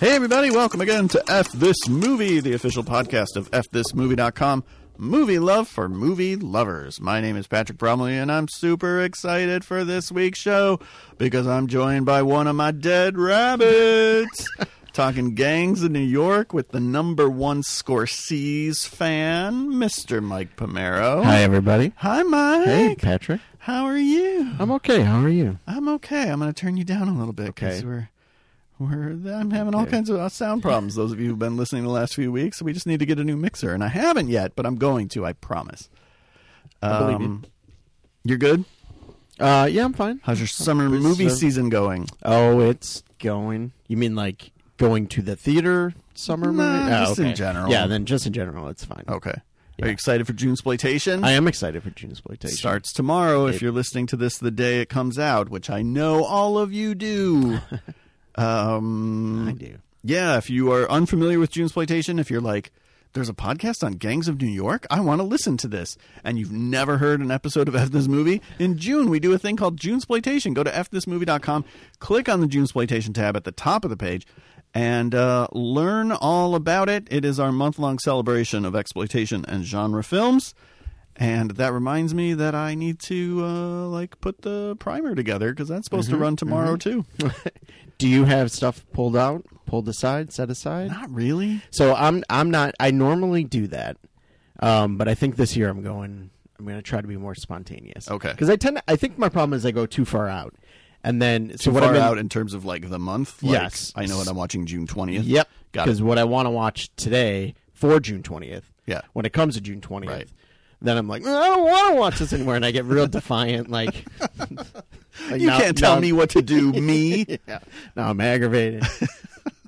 Hey, everybody, welcome again to F This Movie, the official podcast of FThisMovie.com. Movie love for movie lovers. My name is Patrick Bromley, and I'm super excited for this week's show because I'm joined by one of my dead rabbits. Talking gangs in New York with the number one Scorsese fan, Mr. Mike Pomero. Hi, everybody. Hi, Mike. Hey, Patrick. How are you? I'm okay. How are you? I'm okay. I'm going to turn you down a little bit because Okay. we're we're I'm having all kinds of uh, sound problems. Those of you who've been listening the last few weeks, we just need to get a new mixer, and I haven't yet, but I'm going to. I promise. Um, I believe you. You're good. Uh, yeah, I'm fine. How's your summer Busy movie summer. season going? Oh, it's going. You mean like going to the theater summer Nah, movie? Oh, just in general. Oh. Yeah, then just in general, it's fine. Okay. Are you excited for June exploitation? I am excited for June exploitation. Starts tomorrow. If you're listening to this the day it comes out, which I know all of you do. um, I do. Yeah, if you are unfamiliar with June exploitation, if you're like, there's a podcast on gangs of New York, I want to listen to this, and you've never heard an episode of F This Movie, in June we do a thing called June exploitation. Go to fthismovie.com, click on the June exploitation tab at the top of the page, and uh, learn all about it. It is our month long celebration of exploitation and genre films. And that reminds me that I need to uh, like put the primer together because that's supposed to run tomorrow too. Do you have stuff pulled out, pulled aside, set aside? Not really. So I'm I'm not. I normally do that, um, but I think this year I'm going. I'm going to try to be more spontaneous. Okay. Because I tend. To, I think my problem is I go too far out, and then so what far I'm in- out in terms of like the month. Like, Yes. I know what I'm watching June twentieth. Yep. got it. Because what I want to watch today for June twentieth. Yeah. When it comes to June twentieth, Right. then I'm like, "Mm, I don't want to watch this anymore, and I get real defiant. Like, like, You now- can't tell now- me what to do, me. Yeah. Now I'm aggravated.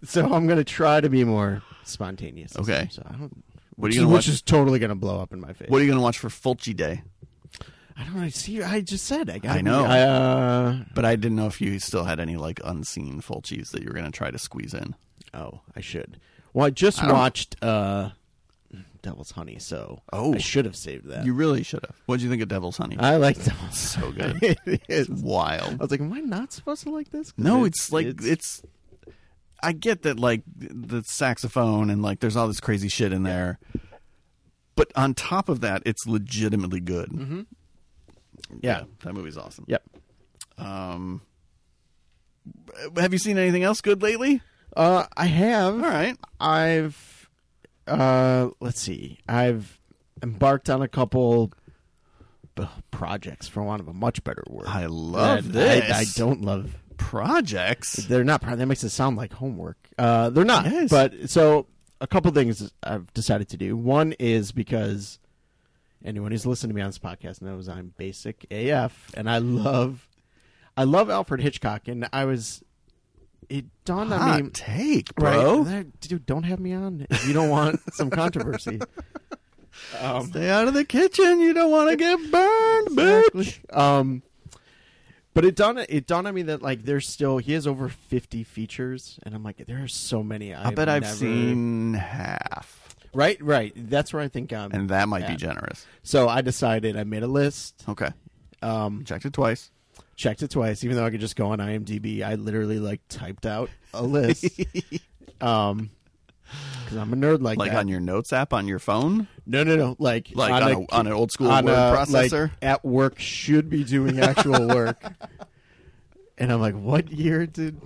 so I'm gonna try to be more spontaneous. this Okay. time, So I don't. What are which, you gonna which watch? is totally gonna blow up in my face. What are you going to watch for Fulci Day? I don't know. See, I just said I. Gotta I know. Be, I, uh, But I didn't know if you still had any like unseen Fulcis that you were going to try to squeeze in. oh, I should. Well, I just I don't- watched uh, Devil's Honey, so Oh. I should have saved that. You really should have. What do you think of Devil's Honey? I like Devil's so good. it is. it's wild. I was like, am I not supposed to like this? 'Cause No, it's, like it's, I get that like the saxophone and like there's all this crazy shit in there. But on top of that, it's legitimately good. yeah, That movie's awesome. yep. Um, have you seen anything else good lately? Uh, I have. All right. I've, uh, let's see. I've embarked on a couple uh, projects, for want of a much better word. I love that this. I, I don't love. Projects. They're not. pro- That makes it sound like homework. Uh, they're not. Yes. But so a couple things I've decided to do. One is because anyone who's listened to me on this podcast knows I'm basic AF, and I love, I love Alfred Hitchcock, and I was. It dawned Hot on me, take, right? bro. there- Dude, don't have me on if you don't want some controversy. um, Stay out of the kitchen. You don't want to get burned, Exactly. bitch. Um, but it dawned it dawned on me that like there's still he has over fifty features, and I'm like there are so many. I bet I've never- seen half, right, right. That's where I think I'm. and that might be Yeah. generous. so I decided I made a list, Okay, um, checked it twice. checked it twice, even though I could just go on IMDb. I literally like typed out a list, um, because I'm a nerd like, Like that. on your notes app on your phone, no, no, no, like like on, a, on an old school on word a, like, processor. at work should be doing actual work. and I'm like, what year did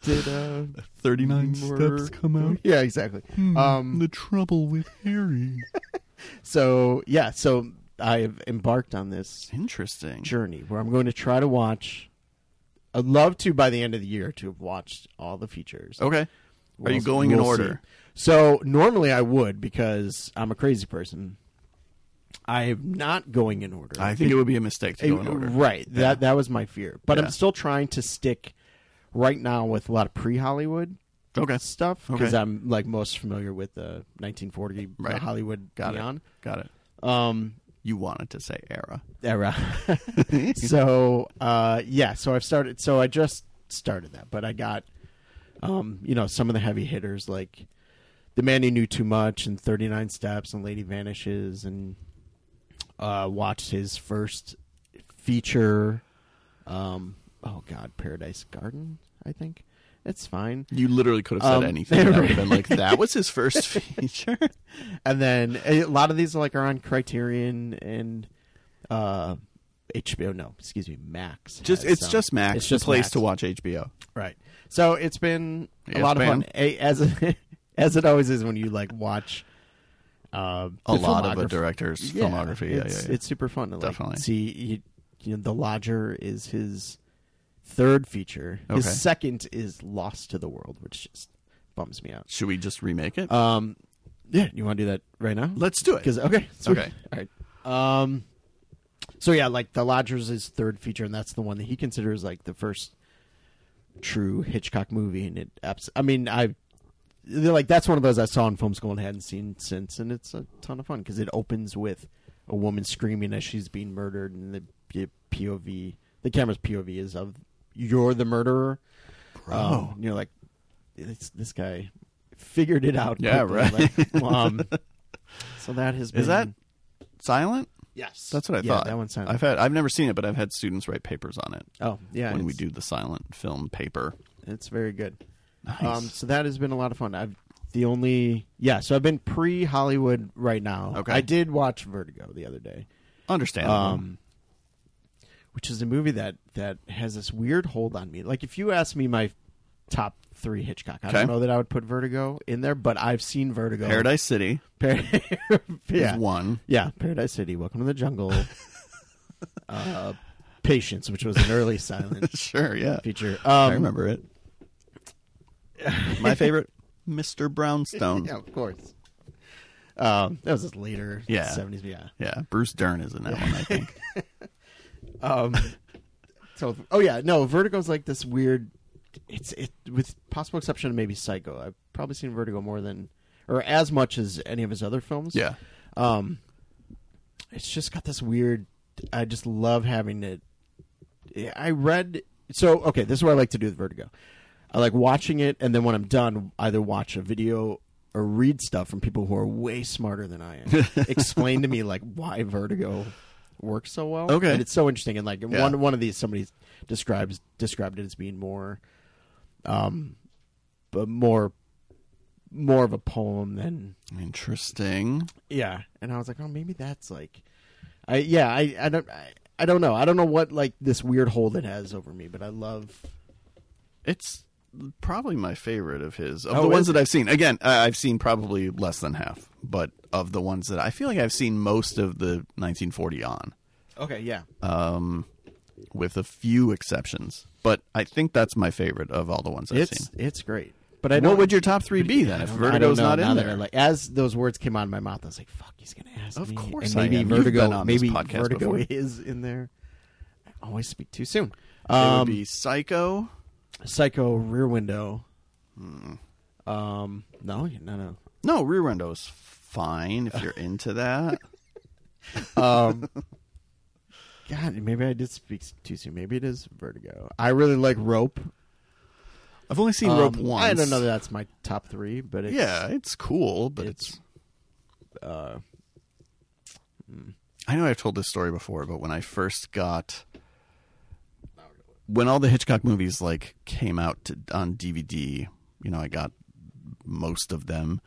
did uh, Thirty Mer- Yeah, exactly. Hmm. Um, trouble with Harry. so yeah, so I've embarked on this Interesting. journey where I'm going to try to watch. I'd love to by the end of the year to have watched all the features. Okay. Oh, Are you We'll- going in we'll order? see. So normally I would because I'm a crazy person. I am not going in order. I think it would be a mistake to go in order. Right. That that was my fear. But Yeah. I'm still trying to stick right now with a lot of pre-Hollywood Okay. stuff because Okay. I'm like most familiar with the 1940 the Right. Hollywood Got neon. it. Got it. Um You wanted to say era. era. so, uh yeah, so I've started so I just started that, but I got um you know some of the heavy hitters like The Man Who Knew Too Much and 39 Steps and Lady Vanishes and uh watched his first feature um oh god, Paradise Garden, I think. It's fine. You literally could have said Um, anything. I would have been like, that was his first feature. And then a lot of these like are on Criterion and uh HBO. No, excuse me, Max. just has it's some. just Max, It's just the place Max. to watch HBO. Right. So it's been It's a lot been- of fun. A- as it, as it always is when you like watch um, A the lot of a filmography. director's Yeah, filmography. Yeah, it's, yeah, yeah. it's super fun to like, Definitely. see. You, you know, the Lodger is his third feature. Okay. His second is Lost to the World, which just bums me out. Should we just remake it? Um, yeah, you want to do that right now? Let's do it. Because okay, sweet. Okay. all right. Um, so yeah, like the Lodger's his third feature, and that's the one that he considers like the first true Hitchcock movie. And it, abs- I mean, I they're like that's one of those I saw in film school and hadn't seen since, and it's a ton of fun because it opens with a woman screaming as she's being murdered, and the P- POV, the camera's POV is of you're the murderer. Um, and you're like, this, this guy figured it out. Yeah, quickly. Like, um, so that has been Is that silent? yes? That's what I yeah, thought. That one's sound. I've had I've never seen it, but I've had students write papers on it oh yeah, when we it's- do the silent film paper. it's very good. Nice. Um, so that has been a lot of fun. I've the only yeah. So I've been pre Hollywood right now. Okay. I did watch Vertigo the other day. Understandable. um, which is a movie that that has this weird hold on me. Like if you ask me my top three Hitchcock, I Okay. don't know that I would put Vertigo in there, but I've seen Vertigo. Paradise City Par- yeah. is one. yeah, Paradise City, Welcome to the Jungle, uh, Patience, which was an early silent Sure, yeah. feature. Um, I remember it. My favorite, Mr. Brownstone. Yeah, of course. Um, that was just later, Yeah. seventies, yeah. Yeah, Bruce Dern is in that one, I think. Um, so, oh yeah, no, Vertigo's like this weird. It's it with possible exception of maybe Psycho. I've probably seen Vertigo more than or as much as any of his other films. Yeah. Um, it's just got this weird. I just love having it. I read so okay. This is what I like to do with Vertigo. I like watching it, and then when I'm done, either watch a video or read stuff from people who are way smarter than I am. Explain to me like why Vertigo works so well. Okay. and it's so interesting. And like Yeah. one one of these, somebody describes described it as being more, um, but more more of a poem than Interesting. yeah, and I was like, oh, maybe that's like, I yeah, I I don't I, I don't know, I don't know what like this weird hold it has over me, but I love. It's probably my favorite of his of Oh, the is ones it? that I've seen. Again, I- I've seen probably less than half, but of the ones that I feel like I've seen most of the 1940 on, Okay, yeah, um, with a few exceptions. But I think that's my favorite of all the ones I've it's seen. it's great, but I What don't. would your top three be then if I don't Vertigo's know not now in that I, there? like as those words came out of my mouth, I was like, "Fuck, he's gonna ask Of me." course and maybe I am. You've Vertigo, been on this maybe podcast Vertigo before. is in there. I always speak too soon. it Um, would be Psycho. Psycho, Rear Window. Hmm. Um, no, no, no. No, Rear Window's fine if you're into that. Um, God, maybe I did speak too soon. Maybe it is Vertigo. I really like Rope. I've only seen Um, Rope once. I don't know that that's my top three, but it's, Yeah, it's cool, but it's, it's. Uh, hmm. I know I've told this story before, but when I first got when all the Hitchcock movies like came out to, on DVD, you know, I got most of them,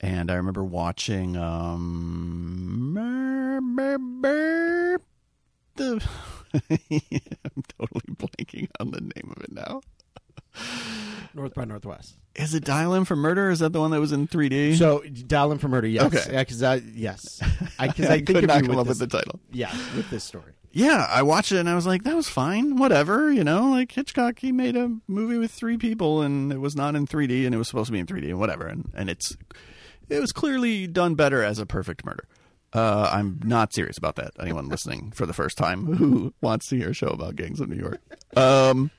and I remember watching um mer- mer- mer- the I'm totally blanking on the name of it now. North by Northwest. Is it Dial M for Murder? Or is that the one that was in 3D? So Dial in for Murder. Yes. Mm-hmm. Okay. Yeah, 'cause I, yes. I, cause I, I, think could of not you come with up this, with the title. yeah with this story. yeah, I watched it and I was like, that was fine, whatever, you know, like Hitchcock, he made a movie with three people and it was not in 3D and it was supposed to be in 3D and whatever, and and it's it was clearly done better as a perfect murder. Uh, I'm not serious about that. Anyone listening for the first time who wants to hear a show about gangs of New York, um,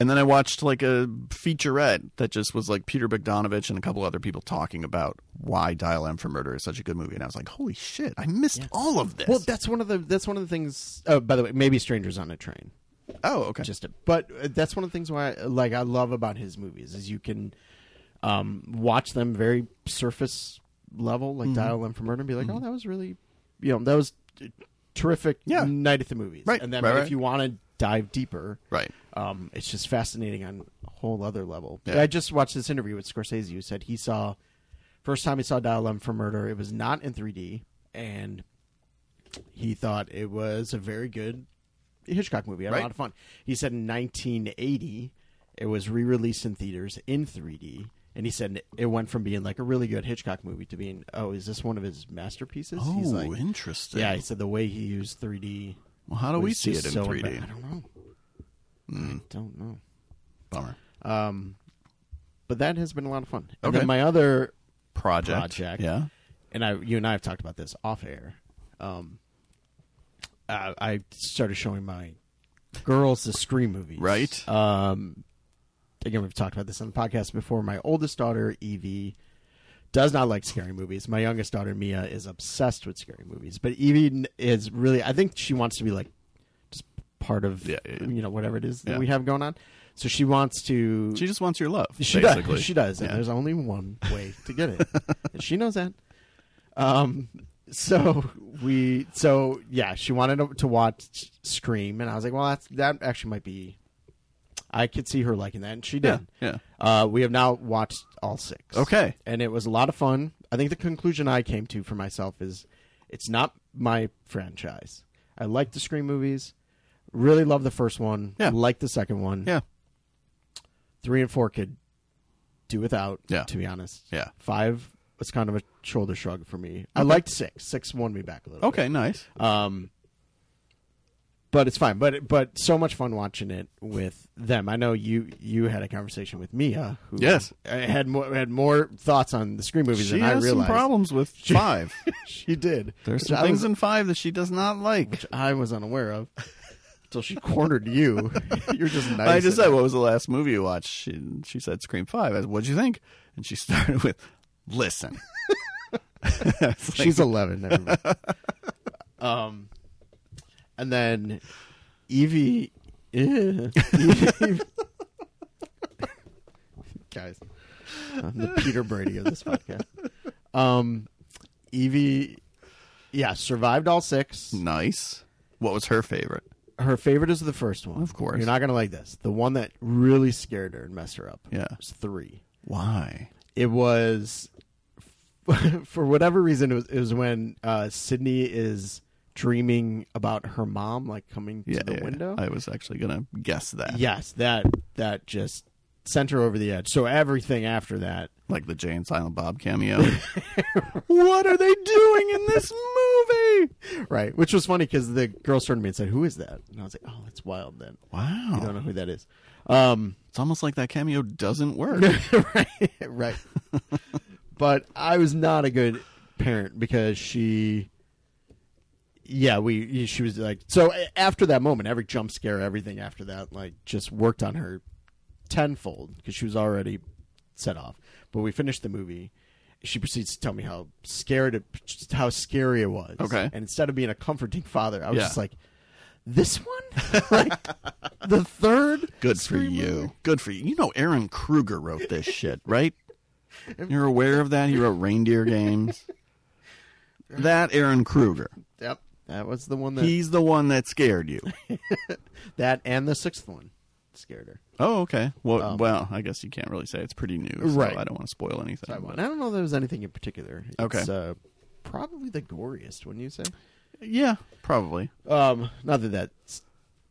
and then I watched like a featurette that just was like Peter Bogdanovich and a couple other people talking about why Dial M for Murder is such a good movie, and I was like, holy shit, I missed all of this. Well, that's one of the that's one of the things. Oh, by the way, maybe Strangers on a Train. oh, okay. just a, but uh, that's one of the things why like I love about his movies is you can um, watch them very surface level Mm-hmm. like Dial M for Murder and be like oh that was really you know that was t- terrific Yeah. night at the movies Right, and then right, if right. you want to dive deeper Right. um, it's just fascinating on a whole other level. Yeah. I just watched this interview with Scorsese who said he saw first time he saw Dial M for Murder, it was not in 3D, and he thought it was a very good Hitchcock movie. I had Right. a lot of fun. He said in 1980 it was re-released in theaters in 3D. And he said it went from being like a really good Hitchcock movie to being, oh, is this one of his masterpieces? Oh, He's like, interesting. yeah, he said the way he used 3D. Well, how do we was see it just in Hmm. so 3D? embar- I don't know. I don't know. Bummer. Um, but that has been a lot of fun. And Okay. then my other, Project. Project. Yeah. and I, you and I have talked about this off air. Um, I, I started showing my girls the Scream movies. Right. Um, again, we've talked about this on the podcast before. My oldest daughter, Evie, does not like scary movies. My youngest daughter, Mia, is obsessed with scary movies. But Evie n- is really, I think she wants to be like just part of, Yeah, yeah, yeah. you know, whatever it is that Yeah. we have going on. So she wants to. She just wants your love. She basically. does. She does, and Yeah. there's only one way to get it. And she knows that. Um. So we. So yeah, she wanted to- to watch Scream, and I was like, well, that's that actually might be. I could see her liking that, and she Yeah. did. Yeah. Uh, we have now watched all six. Okay. And it was a lot of fun. I think the conclusion I came to for myself is it's not my franchise. I like the Scream movies. Really love the first one. Yeah. Like the second one Yeah. three and four could do without. Yeah. To be honest. Yeah. Five was kind of a shoulder shrug for me. I liked six. Six won me back a little. Okay. Nice. Bit. Um. But it's fine. But but so much fun watching it with them. I know you you had a conversation with Mia. Who Yes. Had more had more thoughts on the screen movies She than I has some realized. problems with five. she did. There's Which some I things was- in five that she does not like. which I was unaware of. Until she cornered you. You're just nice. I just and- said, "What was the last movie you watched?" She, she said, "Scream 5. I said, "What'd you think?" And she started with, "Listen." It's like, She's 11. Never mind. um, and then Evie. eh, Evie- guys, I'm the Peter Brady of this podcast. Um, Evie, yeah, survived all six. nice. What was her favorite? Her favorite is the first one. Of course. You're not going to like this. The one that really scared her and messed her up Yeah. was three Why? it was for whatever reason it was, it was when uh sydney is dreaming about her mom like coming to Yeah, the yeah, yeah. window I was actually gonna guess that. yes that that just sent her over the edge so everything after that like the Jay and Silent Bob cameo. what are they doing in this movie? right which was funny because the girls turned to me and said who is that and i was like oh that's wild then Wow, i don't know who that is um it's almost like that cameo doesn't work. right, right. but I was not a good parent because she, yeah, we she was like so a- after that moment, every jump scare, everything after that, like just worked on her tenfold because she was already set off. But we finished the movie. She proceeds to tell me how scared it, just how scary it was. Okay. and instead of being a comforting father, I was Yeah. just like, "This one, like the third, Good for Scream you. movie? Good for you. You know Aaron Kruger wrote this shit, right? You're aware of that? He wrote Reindeer Games. That Aaron Kruger. Yep, that was the one that He's the one that scared you. That and the sixth one scared her. Oh, okay. Well, well, I guess you can't really say it's pretty new. So Um, Right. I don't want to spoil anything. I but- and I don't know if there was anything in particular. It's, Okay. Uh, probably the goriest, wouldn't you say? yeah, probably. Um, not that that s-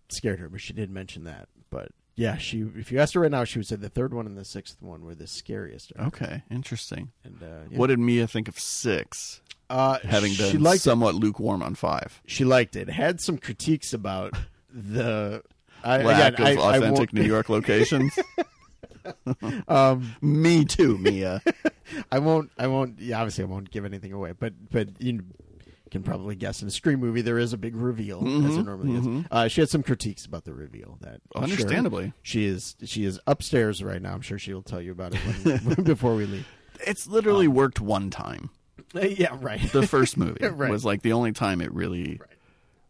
scared her, but she did mention that. But yeah, she if you asked her right now, she would say the third one and the sixth one were the scariest. to her. Okay, interesting. And uh, yeah. Oh. What did Mia think of six? Uh, Having she been liked somewhat lukewarm on five. it. she liked it. Had some critiques about the I, Lack again, of I- I won't- authentic New York locations. Um, Me too, Mia. I won't. I won't. Yeah, obviously, I won't give anything away. But but you can probably guess in a Scream movie there is a big reveal Mm-hmm, as there normally is. Uh, she had some critiques about the reveal that I'm sure Understandably. she is she is upstairs right now. I'm sure she will tell you about it when, before we leave. It's literally Um, worked one time. Uh, yeah, right. the first movie Right. was like the only time it really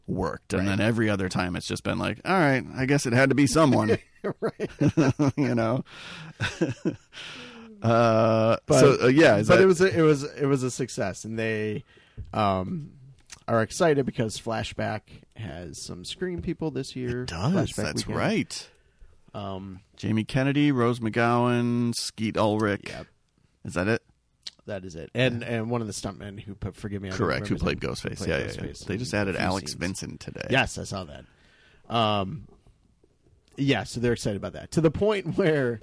worked and then every other time it's just been like all right i guess it had to be someone right. you know uh But- so uh, yeah is but that- it was a, it was it was a success, and they um, are excited because Flashback has some Scream people this year. does Flashback that's weekend. right Um, Jamie Kennedy, Rose McGowan, Skeet Ulrich. Yep. Is that it? that is it. And and one of the stuntmen who put forgive me, I don't Correct. Who remember his played name, Ghostface? played yeah, yeah, yeah. Ghostface They in just a added few Alex scenes. Vincent today. Yes, I saw that. Um, yeah, so they're excited about that to the point where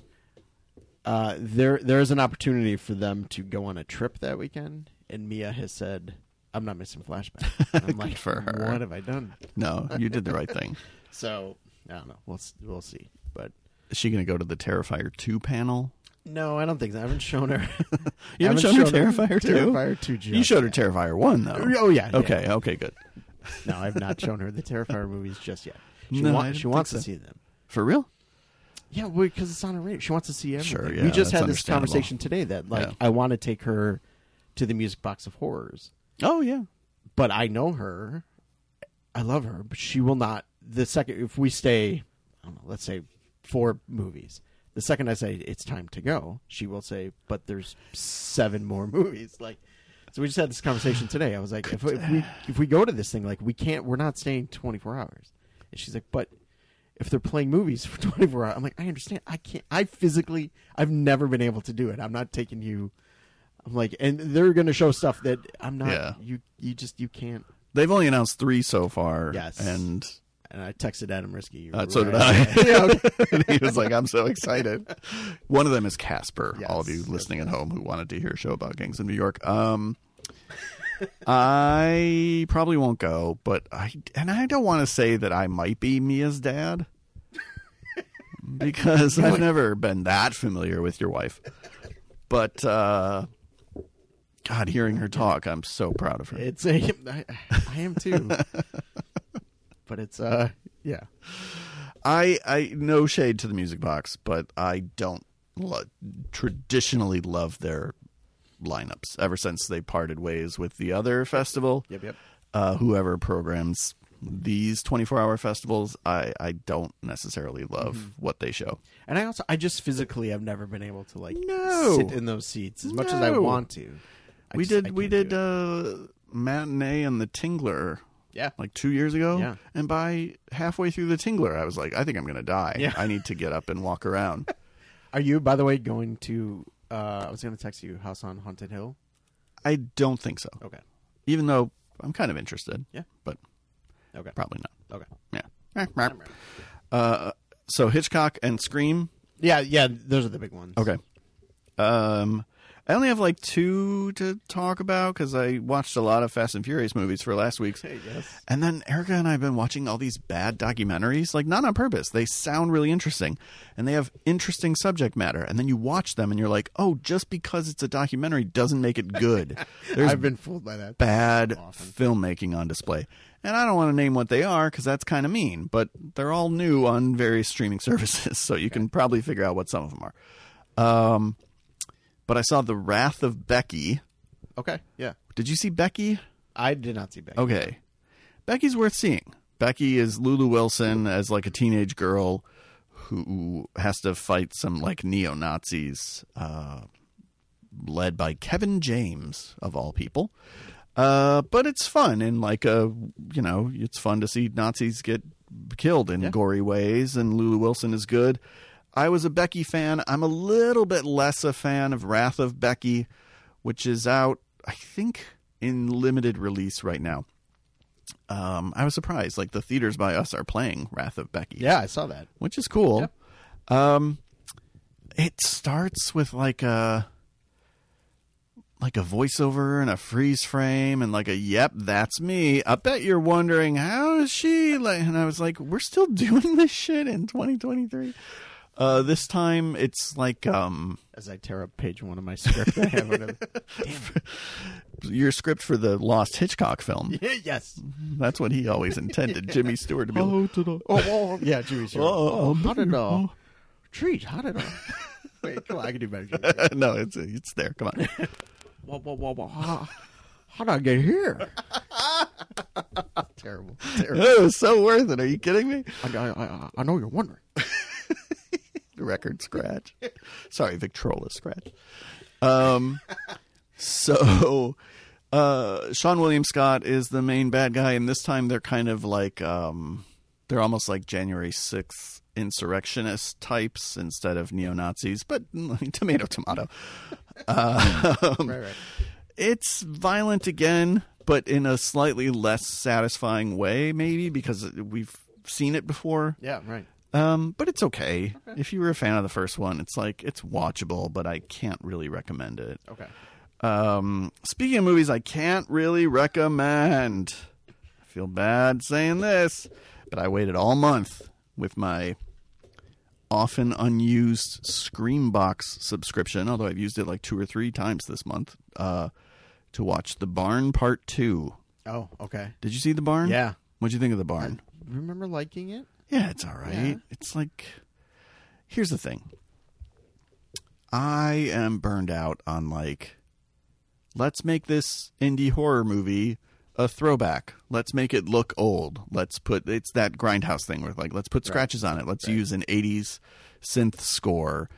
uh, there there is an opportunity for them to go on a trip that weekend, and Mia has said, "I'm not missing flashback." And I'm like, for her. What have I done? No, you did the right thing. So I don't know. We'll s- we'll see, but. Is she going to go to the Terrifier 2 panel? No, I don't think so. I haven't shown her. You haven't shown her Terrifier 2? Terrifier 2 you just showed her yet. Terrifier 1, though. Oh, yeah, yeah. Okay, okay, good. No, I've not shown her the Terrifier movies just yet. She, No, wa- I didn't she think wants so. to see them. For real? Yeah, because it's on a radio. She wants to see everything. Sure, yeah, we just that's had this understandable. conversation today that like Yeah. I want to take her to the Music Box of Horrors, Oh, yeah. but I know her. I love her, but she will not. The second if we stay, I don't know, let's say four movies. The second I say it's time to go, she will say, "But there's seven more movies." Like, so we just had this conversation today. I was like, "If, if we if we go to this thing, like we can't, we're not staying 24 hours." And she's like, "But if they're playing movies for 24 hours, I'm like, I understand. I can't. I physically, I've never been able to do it. I'm not taking you. I'm like, and they're going to show stuff that I'm not. Yeah. You you just you can't." They've only announced three so far. Yes. And And I texted Adam Risky. uh, so did right I. away. Yeah, okay. and he was like, I'm so excited. One of them is Casper, all of you Yes, listening at home who wanted to hear a show about gangs in New York. Um, I probably won't go, but I, and I don't want to say that I might be Mia's dad because I've never been that familiar with your wife. But, uh, God, hearing her talk, I'm so proud of her. It's a. I, I am too. but it's uh yeah. I I no shade to the music box, but I don't lo- traditionally love their lineups ever since they parted ways with the other festival. Yep, yep. Uh, whoever programs these 24-hour festivals, I I don't necessarily love Mm-hmm. what they show. And I also I just physically have never been able to like No. sit in those seats as much as I No. want to. I we just- I did we can't do did it. uh matinee and the Tingler yeah. like 2 years ago Yeah. and by halfway through the Tingler I was like I think I'm going to die. Yeah. I need to get up and walk around. Are you by the way going to? Uh, I was going to text you House on Haunted Hill. I don't think so. Okay. even though I'm kind of interested. Yeah. But Okay. probably not. Okay. Yeah. Uh, so Hitchcock and Scream. Yeah, yeah. Those are the big ones. Okay. Um, I only have like two to talk about because I watched a lot of Fast and Furious movies for last week's. Yes. And then Erica and I have been watching all these bad documentaries, like not on purpose. They sound really interesting and they have interesting subject matter. And then you watch them and you're like, oh, just because it's a documentary doesn't make it good. There's I've been fooled by that. bad Often. filmmaking on display. And I don't want to name what they are because that's kind of mean, but they're all new on various streaming services, so you can probably figure out what some of them are. Um, but I saw The Wrath of Becky. Okay. Yeah. Oh, Did you see Becky? I did not see Becky. Okay. Becky's worth seeing. Becky is Lulu Wilson as like a teenage girl who has to fight some like neo Nazis, uh, led by Kevin James of all people. Uh, but it's fun and like a you know it's fun to see Nazis get killed in gory ways, and Lulu Wilson is good. I was a Becky fan. I'm a little bit less a fan of Wrath of Becky, which is out I think in limited release right now. Um, I was surprised. Like the theaters by us are playing Wrath of Becky Yeah, I saw that. which is cool. Um, it starts with like a like a voiceover and a freeze frame and like a yep, that's me. I bet you're wondering how is she like, and I was like, we're still doing this shit in 2023. Uh, this time it's like um, As I tear up page one of my script, I have it. your script for the Lost Hitchcock film. yes. That's what he always intended. Jimmy Stewart to be. like, Oh, oh, yeah, Jewish. hero. Oh, how did uh, treat? How did I? Wait, come on, I can do better. Jimmy. no, it's it's there. Come on. Whoa, whoa, whoa, whoa. How, how did I get here? terrible, terrible. It was so worth it. Are you kidding me? I, I, I, I know you're wondering. record scratch. Sorry, Victrola scratch. Um, so uh, Sean William Scott is the main bad guy, and this time they're kind of like um, they're almost like January 6th insurrectionist types instead of neo Nazis, but mm, tomato, tomato. Uh, Right, right. It's violent again, but in a slightly less satisfying way, maybe, because we've seen it before. Yeah, right. Um, but it's okay. If you were a fan of the first one, it's like it's watchable, but I can't really recommend it. Okay. Um, speaking of movies, I can't really recommend. I feel bad saying this, but I waited all month with my often unused Screambox subscription, although I've used it like two or three times this month, uh, to watch The Barn Part 2. Oh, okay. Did you see The Barn? Yeah. What'd you think of The Barn? Remember liking it? Yeah, it's all right. Yeah. It's like, here's the thing. I am burned out on like, let's make this indie horror movie a throwback. Let's make it look old. Let's put it's that grindhouse thing where like let's put scratches on it. Let's use an '80s synth score,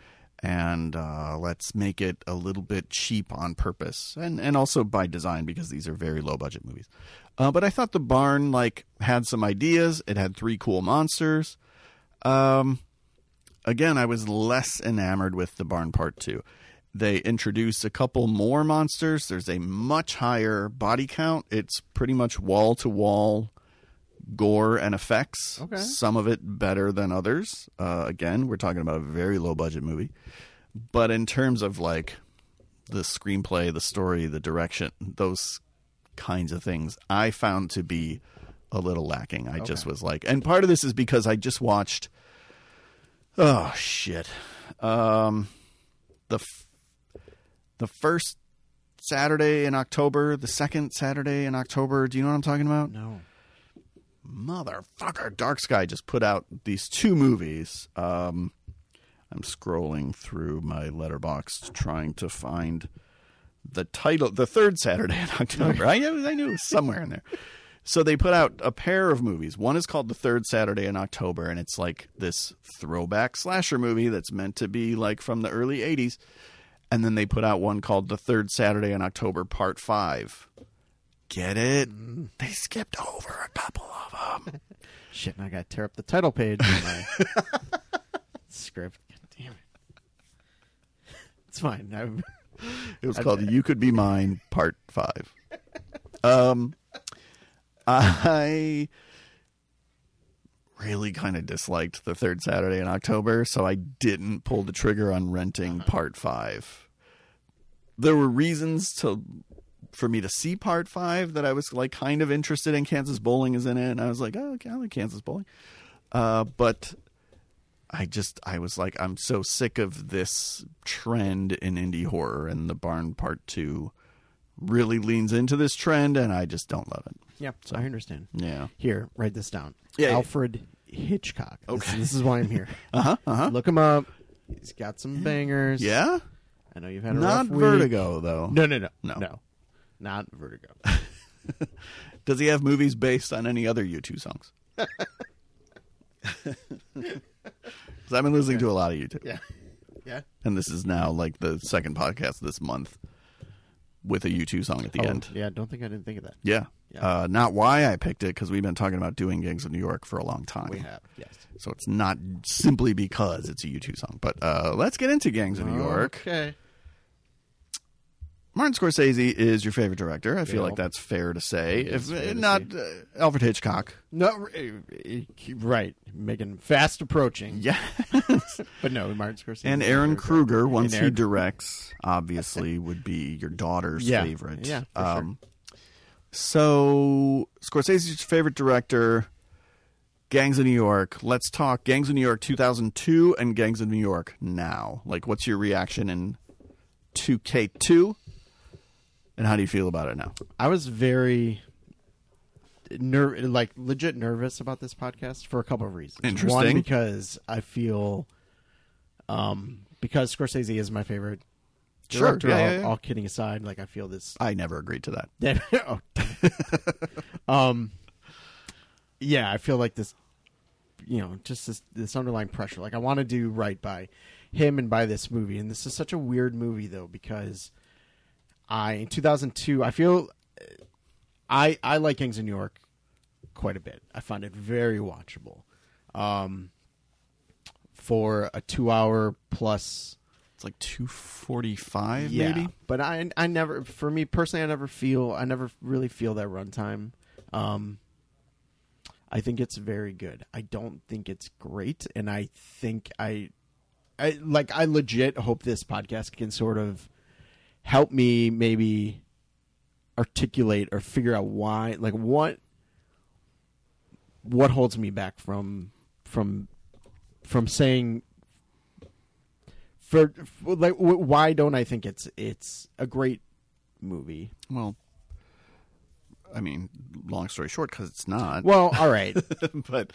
and uh, let's make it a little bit cheap on purpose, and and also by design because these are very low budget movies. Uh, but I thought the barn like had some ideas. It had three cool monsters. Um, again, I was less enamored with the barn part two. They introduce a couple more monsters. There's a much higher body count. It's pretty much wall to wall gore and effects. Okay. Some of it better than others. Uh, again, we're talking about a very low budget movie. But in terms of like the screenplay, the story, the direction, those kinds of things, I found to be a little lacking. I just was like, and part of this is because I just watched. Oh shit. Um the f- the first Saturday in October, the second Saturday in October, do you know what I'm talking about? No. Motherfucker, Dark Sky just put out these two movies. Um I'm scrolling through my letterbox trying to find the title the third Saturday in October. I, knew- I knew it was somewhere in there. So they put out a pair of movies. One is called The Third Saturday in October, and it's like this throwback slasher movie that's meant to be like from the early 80s. And then they put out one called The Third Saturday in October, Part 5. Get it? They skipped over a couple of them. Shit, and I got to tear up the title page in my script. God damn it. It's fine. I'm, It was called "You Could Be Mine" Part Five. Um, I really kind of disliked the third Saturday in October, so I didn't pull the trigger on renting Part Five. There were reasons to for me to see Part Five that I was like kind of interested in. Kansas Bowling is in it, and I was like, "Oh, okay, I like Kansas Bowling," uh, but I just I was like I'm so sick of this trend in indie horror and the barn part 2 really leans into this trend and I just don't love it. yeah, I understand. Yeah. Here, write this down. Yeah, yeah. Alfred Hitchcock. This- Okay. This, is why I'm here. uh-huh, uh-huh. Look him up. He's got some bangers. Yeah? I know you've had a Not rough week. Vertigo though. No, no, no, No. no, not Vertigo. Does he have movies based on any other U2 songs? 'Cause I've been listening to a lot of U2. yeah, yeah. And this is now like the second podcast this month with a U2 song at the Oh, end. yeah. Don't think I didn't think of that. Yeah. Yeah. Uh, not why I picked it because we've been talking about doing gigs in New York for a long time. We have yes. So it's not simply because it's a U2 song. But uh, let's get into Gangs of New Oh. York. Okay. Martin Scorsese is your favorite director. I feel Yeah. like that's fair to say. It is If fair to not uh, Alfred Hitchcock. No, r- eh, eh, right. Making fast approaching. Yeah. But no, Martin Scorsese and is Aaron my favorite Kruger, director. once And he Aaron- directs, obviously would be your daughter's Yeah. favorite. Um, Yeah, for So Scorsese's your favorite director. Gangs of New York. Let's talk Gangs of New York 2002 and Gangs of New York now. Like, what's your reaction in 2K2? And how do you feel about it now? I was very ner- like legit nervous about this podcast for a couple of reasons. One Interesting. because I feel um because Scorsese is my favorite Sure. director, Yeah, all, yeah, yeah. all kidding aside, like I feel this I never agreed to that. that oh. um yeah i feel like this you know just this this underlying pressure like i want to do right by him and by this movie and this is such a weird movie though because i in 2002 i feel i i like gangs of new york quite a bit. I found it very watchable. Um, for a two-hour plus It's like 245 maybe. but I I never for me personally I never feel I never really feel that runtime. Um I think it's very good. I don't think it's great and I think I I like I legit hope this podcast can sort of help me maybe articulate or figure out why like what what holds me back from from from saying for, for like w- why don't I think it's it's a great movie? Well, I mean, long story short, because it's not. Well, all right. but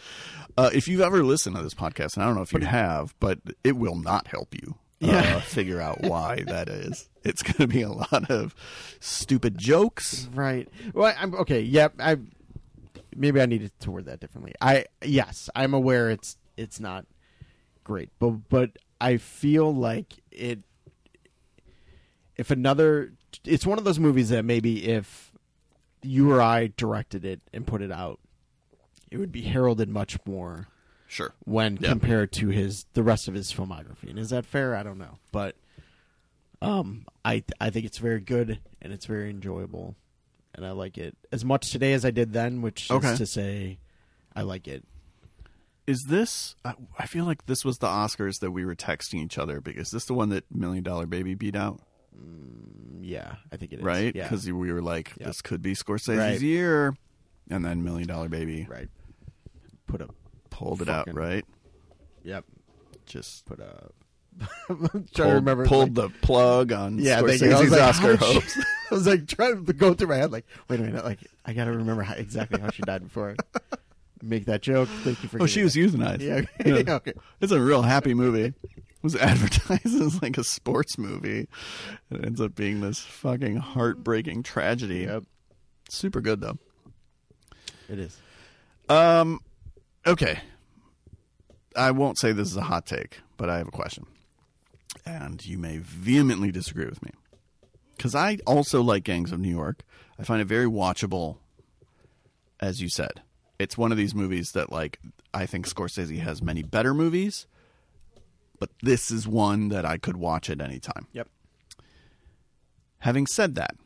uh, if you've ever listened to this podcast, and I don't know if you have, but it will not help you uh, Yeah. figure out why that is. It's going to be a lot of stupid jokes. right. Well, I'm okay. Yep. I maybe I needed to word that differently. I yes, I'm aware it's it's not great, but but I feel like it. If another, it's one of those movies that maybe if you or I directed it and put it out, it would be heralded much more. Sure. when Yeah. compared to his the rest of his filmography. And is that fair? I don't know, but um, I I think it's very good and it's very enjoyable, and I like it as much today as I did then, which Okay. is to say, I like it. Is this? I, I feel like this was the Oscars that we were texting each other. Because is this the one that Million Dollar Baby beat out? Yeah, I think it is Right? Yeah, Because we were like, Yeah. this could be Scorsese's Right. year, and then Million Dollar Baby right. Put up. pulled it out. Fucking- Right? Yep. Just Put up. I'm trying to pulled, remember. pulled like- the plug on yeah, thank you. I was Scorsese's like, Oscar how did hopes. she- I was like trying to go through my head, like, wait a minute, like I gotta remember how, exactly how she died before I make that joke. Thank you for. Oh, she giving was euthanized. that. Yeah, okay. Okay. It's a real happy movie. It was advertised as like a sports movie. It ends up being this fucking heartbreaking tragedy. Yep, Super good though. it is. Um okay. I won't say this is a hot take, but I have a question. And you may vehemently disagree with me. Cuz I also like Gangs of New York. I find it very watchable as you said. It's one of these movies that like I think Scorsese has many better movies, but this is one that I could watch at any time. Yep. Having said that,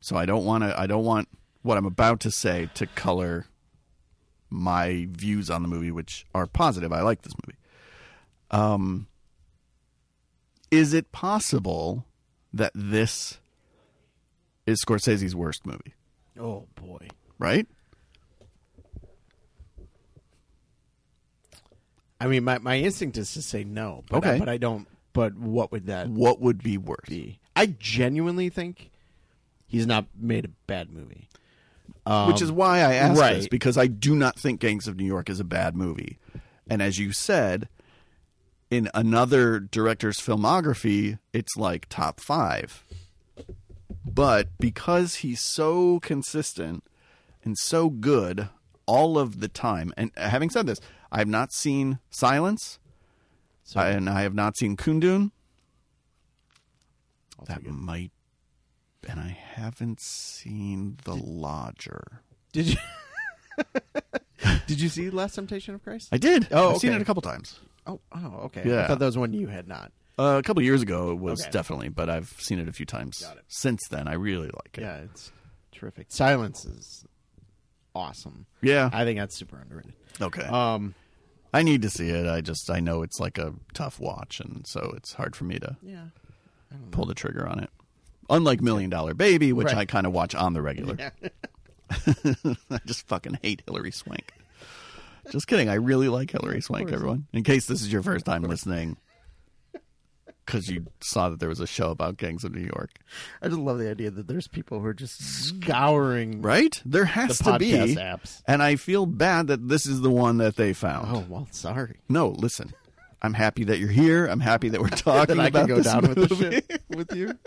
so I don't want to. I don't want what I'm about to say to color my views on the movie, which are positive. I like this movie. Um, is it possible that this is Scorsese's worst movie? Oh boy. Right? I mean, my, my instinct is to say no, but Okay. I, but I don't. But what would that What would be worse? be? I genuinely think he's not made a bad movie. Um, which is why I asked this right. because I do not think Gangs of New York is a bad movie. And as you said, in another director's filmography, it's like top five. But because he's so consistent and so good all of the time, and having said this, I have not seen Silence, So- and I have not seen Kundun. also That good. might, and I haven't seen The Lodger. Did you did you see Last Temptation of Christ? I did. Oh, I've seen okay. it a couple times. oh, oh, okay. Yeah. I thought that was one you had not. Uh, a couple years ago, it was Okay. definitely, but I've seen it a few times Got it. since then. I really like it. Yeah, it's terrific. Silence is awesome. Yeah. I think that's super underrated. okay. Um, I need to see it. I just I know it's like a tough watch, and so it's hard for me to yeah, I don't know. pull the trigger on it. Unlike Million Dollar Baby, which Right. I kind of watch on the regular. Yeah. I just fucking hate Hillary Swank. Just kidding. I really like Hillary Swank, everyone. In case this is your first time listening, because you saw that there was a show about gangs of New York, I just love the idea that there's people who are just scouring. right? There has to be podcast apps. and I feel bad that this is the one that they found. Oh well, sorry. No, listen. I'm happy that you're here. I'm happy that we're talking That I about can go this down movie. with the shit with you.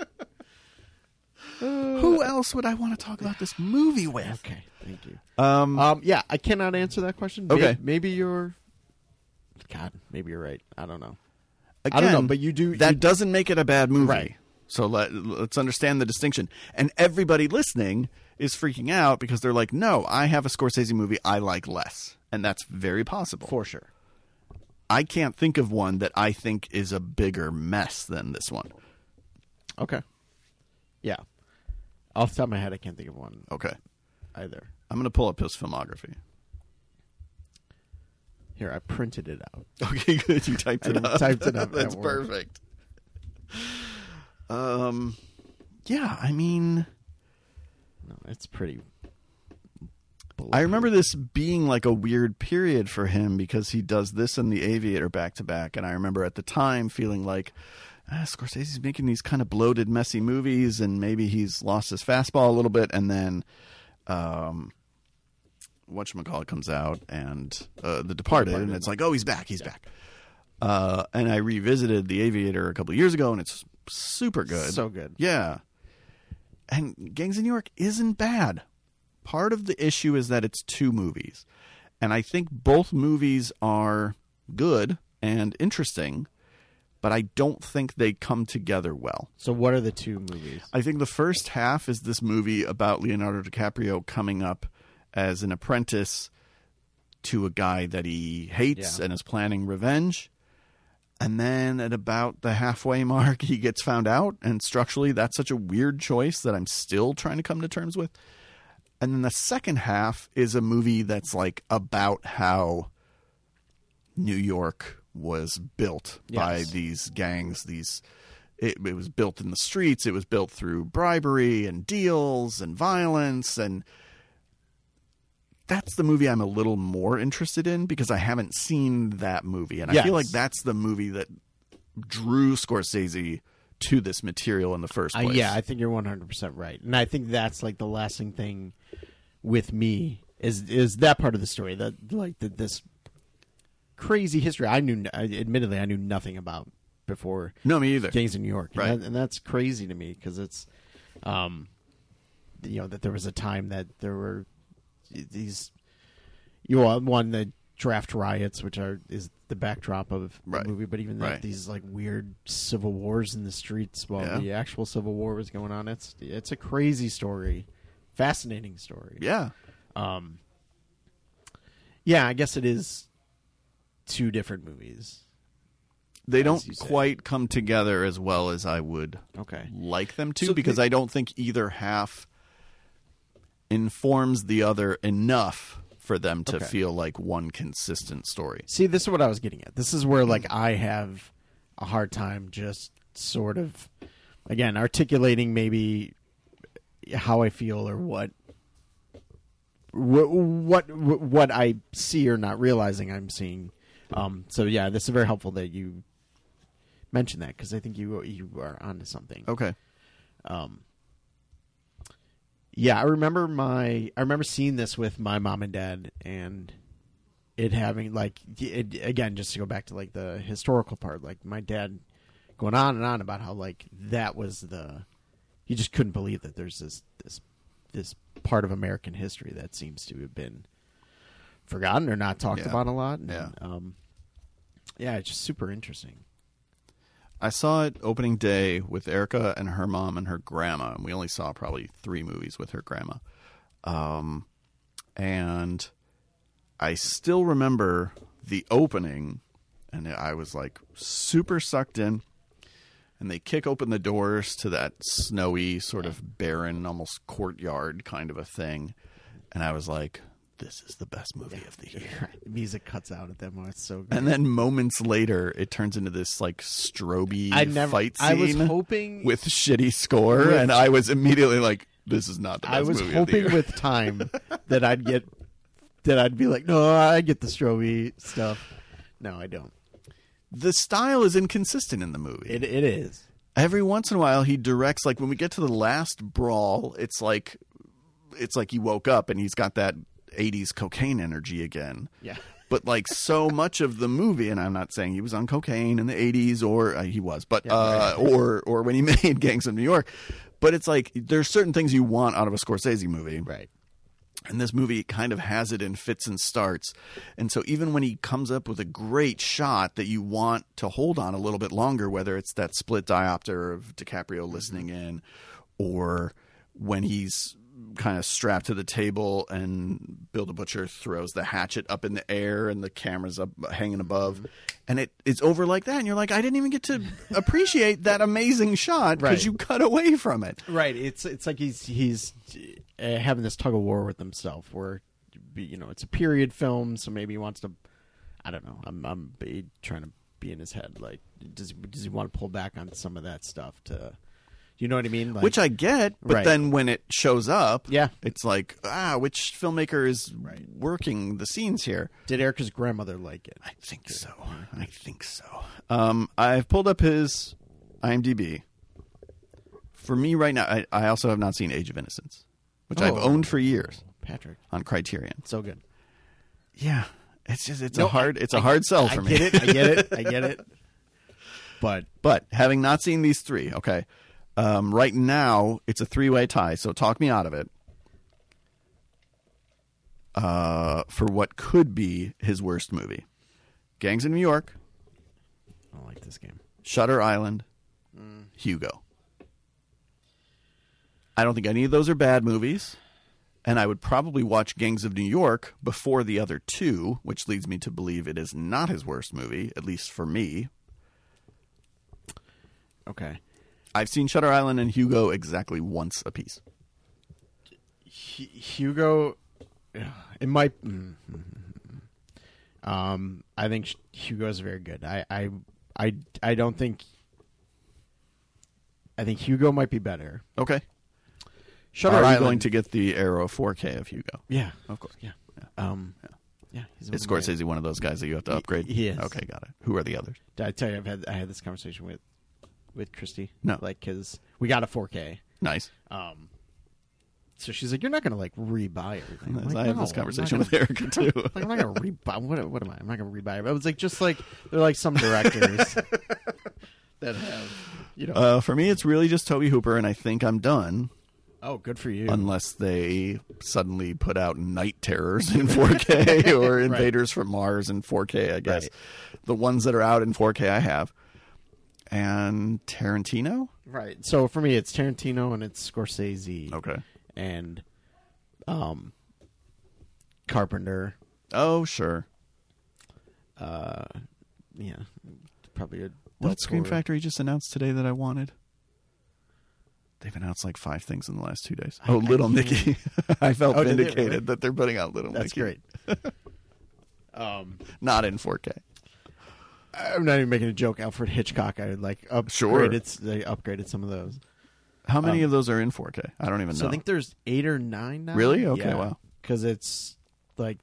Who else would I want to talk about this movie with? Okay, thank you. Um, Um, yeah, I cannot answer that question. May- Okay. maybe, you're. God, maybe you're right. I don't know. again, I don't know, but you do. that you- doesn't make it a bad movie. Right. So let, let's understand the distinction. And everybody listening, is freaking out because they're like, no, I have a Scorsese movie I like less. And that's very possible. for sure. I can't think of one that I think is a bigger mess than this one. Okay. Yeah. Off the top of my head, I can't think of one Okay. either. I'm going to pull up his filmography. Here, I printed it out. Okay, good. You typed I it up. typed it up. That's That worked. perfect. Um, yeah, I mean, No, it's pretty. I remember this being like a weird period for him because he does this and The Aviator back to back, and I remember at the time feeling like. Ah, Scorsese's making these kind of bloated, messy movies, and maybe he's lost his fastball a little bit. And then, um, whatchamacallit comes out and uh, The Departed, and it's like, oh, he's back, he's back. Uh, and I revisited The Aviator a couple years ago, and it's super good. So good. Yeah. And Gangs in New York isn't bad. Part of the issue is that it's two movies. And I think both movies are good and interesting, but I don't think they come together well. So, what are the two movies? I think the first half is this movie about Leonardo DiCaprio coming up as an apprentice to a guy that he hates Yeah. and is planning revenge. And then at about the halfway mark, he gets found out. And structurally, that's such a weird choice that I'm still trying to come to terms with. And then the second half is a movie that's like about how New York was built by Yes. these gangs. These it, it was built in the streets. It was built through bribery and deals and violence and that's the movie I'm a little more interested in because I haven't seen that movie, and I Yes. feel like that's the movie that drew Scorsese to this material in the first I, place. yeah, I think you're 100 percent right, and I think that's like the lasting thing with me is is that part of the story that like that this crazy history I knew, I- admittedly, I knew nothing about before no, me either. gangs in New York, Right. and, that, and that's crazy to me because it's, um, you know, that there was a time that there were these, you know, uh, one the draft riots, which are is the backdrop of Right. the movie, but even that Right. these like weird civil wars in the streets while Yeah. the actual civil war was going on. It's it's a crazy story, fascinating story. Yeah, Um, yeah, I guess it is two different movies. they you don't say. quite come together as well as I would Okay. like them to So because I don't think either half informs the other enough for them to Okay. feel like one consistent story. See, this is what I was getting at. This is where like I have a hard time just sort of again articulating maybe how I feel or what what what, what I see or not realizing I'm seeing. Um, so yeah, this is very helpful that you mentioned that because I think you you are onto something. Okay. Um, yeah, I remember my I remember seeing this with my mom and dad, and it having like it, again just to go back to like the historical part, like my dad going on and on about how like that was the he just couldn't believe that there's this this this part of American history that seems to have been forgotten or not talked Yeah. about a lot. And, Yeah. um, yeah, it's just super interesting. I saw it opening day with Erica and her mom and her grandma, and we only saw probably three movies with her grandma. Um, and I still remember the opening, and I was like super sucked in. And they kick open the doors to that snowy, sort of barren, almost courtyard kind of a thing, and I was like, "This is the best movie of the year." Music cuts out at that moment. It's so good. And then moments later, it turns into this like stroby I never- fight scene. I was hoping- with shitty score, and I was immediately like, "This is not the best I movie was of the hoping year. with time that I'd get that I'd be like, no, I get the strobe stuff. No, I don't. The style is inconsistent in the movie. It it is. Every once in a while, he directs like when we get to the last brawl, it's like it's like he woke up and he's got that '80s cocaine energy again. Yeah. But like so much of the movie, and I'm not saying he was on cocaine in the '80s, or uh, he was, but uh, or or when he made Gangs of New York. But it's like there's certain things you want out of a Scorsese movie, Right. and this movie kind of has it in fits and starts. And so even when he comes up with a great shot that you want to hold on a little bit longer, whether it's that split diopter of DiCaprio listening in, or when he's kind of strapped to the table, and Bill the Butcher throws the hatchet up in the air, and the camera's up hanging above, and it it's over like that, and you're like, I didn't even get to appreciate that amazing shot because Right. you cut away from it. Right. It's it's like he's he's uh, having this tug of war with himself, where you know it's a period film, so maybe he wants to. I don't know. I'm I'm be, trying to be in his head. Like, does does he want to pull back on some of that stuff to, you know what I mean? Like, which I get, but Right. then when it shows up, Yeah. it's like ah, which filmmaker is Right. working the scenes here? did Erica's grandmother like it? I think so. I think so. Um, I've pulled up his IMDb. For me right now, I, I also have not seen Age of Innocence, which I've Oh. owned for years Patrick, on Criterion. so good. Yeah, it's just it's No, a hard I- it's a I- hard sell for I me. get it. I get it. I get it. But But having not seen these three, okay, um, right now it's a three way tie. So talk me out of it. Uh, for what could be his worst movie, Gangs in New York, I don't like this game. Shutter Island, Hugo. I don't think any of those are bad movies, and I would probably watch Gangs of New York before the other two, which leads me to believe it is not his worst movie, at least for me. Okay. I've seen Shutter Island and Hugo exactly once apiece. Hu- Hugo, it might. mm, mm, mm. Um, I think Hugo is very good. I, I, I, I don't think. I think Hugo might be better. Okay. Shutter Are Island. you going to get the Arrow 4K of Hugo? Yeah, Of course. yeah. Um, yeah. He's Is Scorsese one of those guys that you have to upgrade? he is. Okay, got it. Who are the others? Did I tell you I've had I had this conversation with, with Christy? No. like because we got a 4K. Nice. Um, so she's like, "You're not gonna like rebuy everything." I'm like, I have "No, this I'm not conversation gonna with Erica too. Like, I'm not gonna rebuy. What, what am I? I'm not gonna rebuy it. But it's like just like they're like some directors that have, you know. uh, for me, it's really just Toby Hooper, and I think I'm done oh, good for you. unless they suddenly put out Night Terrors in 4K or Invaders from Mars in 4K. I guess Right. the ones that are out in 4K, I have. And Tarantino. right. So for me, it's Tarantino and it's Scorsese Okay. and um Carpenter. Oh sure. Uh, yeah, probably a What Screen Factory? Factory just announced today that I wanted? They've announced like five things in the last two days. Oh, Little Nicky. I felt Oh, did they vindicated really? that they're putting out Little That's Nicky. great. um, Not in 4K. I'm not even making a joke. Alfred Hitchcock. I would like upgraded. Sure. They upgraded some of those. How many of those are in 4K? I don't even Um, So know. I think there's eight or nine now. Really? Okay, wow. Because it's like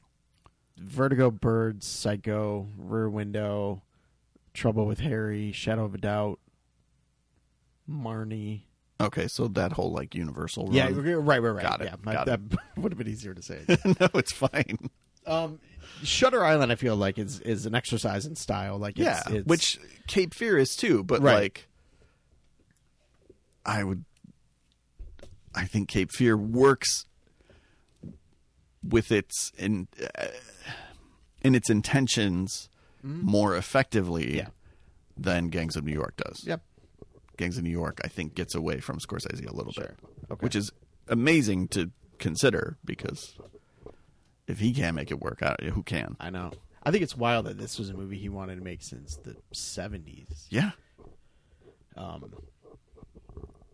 Vertigo, Birds, Psycho, Rear Window, Trouble with Harry, Shadow of a Doubt, Marnie. okay, so that whole like universal Yeah, run. right, right, right. Got it, Yeah, my- got that would have been easier to say. no, it's fine. um, Shutter Island, I feel like is is an exercise in style. Like, it's, Yeah, it's- which Cape Fear is too, but Right. like I would I think Cape Fear works with its in uh, in its intentions more effectively Mm-hmm. Yeah. than Gangs of New York does. Yep. Gangs of New York I think gets away from Scorsese a little Sure. bit, Okay. which is amazing to consider because if he can't make it work, I, who can? I know. I think it's wild that this was a movie he wanted to make since the seventies. Yeah. Um,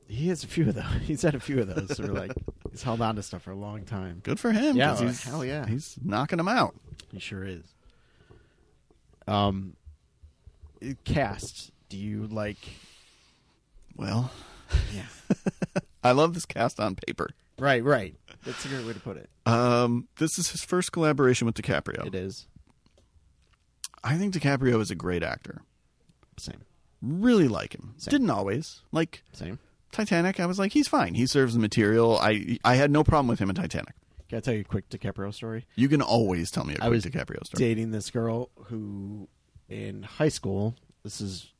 he has a few of those. He's had a few of those. that are like he's held on to stuff for a long time. Good for him. Yeah, 'cause well, he's, hell yeah. He's knocking them out. He sure is. Um, cast. Do you like? Well, Yeah. I love this cast on paper. right. Right. That's a great way to put it. Um, this is his first collaboration with DiCaprio. It is I think DiCaprio is a great actor. same. Really like him. Same. Didn't always like Same. Titanic. I was like, he's fine. He serves the material. I I had no problem with him in Titanic. Can I tell you a quick DiCaprio story? You can always tell me a quick was DiCaprio story. dating this girl who in high school this is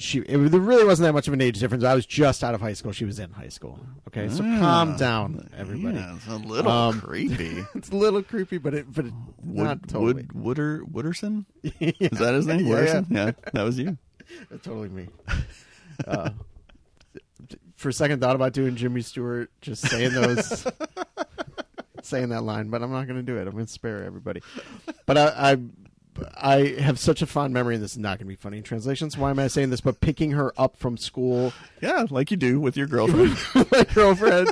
she it there really wasn't that much of an age difference i was just out of high school she was in high school okay so calm down everybody Ah, Yeah, it's a little Um, creepy. it's a little creepy but it but it, Wood, not totally Wood Wooder Wooderson Yeah, is that his name? Yeah, yeah. Wooderson? Yeah, that was you. that's totally me uh, for a second thought about doing Jimmy Stewart, just saying those, saying that line, but I'm not going to do it. I'm going to spare everybody. But I, I, I have such a fond memory, and this is not going to be funny in translations. Why am I saying this? But picking her up from school, Yeah, like you do with your girlfriend. my girlfriend,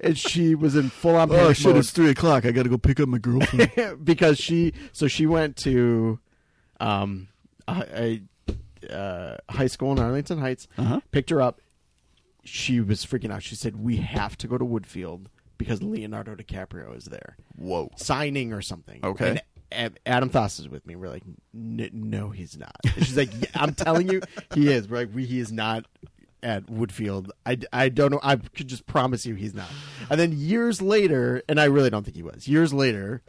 and she was in full on panic oh shit! mode. It's three o'clock. I got to go pick up my girlfriend. because she so she went to um a, a uh, high school in Arlington Heights, Uh-huh. picked her up. She was freaking out. She said, "We have to go to Woodfield because Leonardo DiCaprio is there Whoa. signing or something." Okay. And Ad- Adam Thoss is with me. We're like, "N- no, he's not. And she's like, yeah, I'm telling you, he is. We're like, we, he is not at Woodfield. I, I don't know. I could just promise you he's not. And then years later, and I really don't think he was, years later,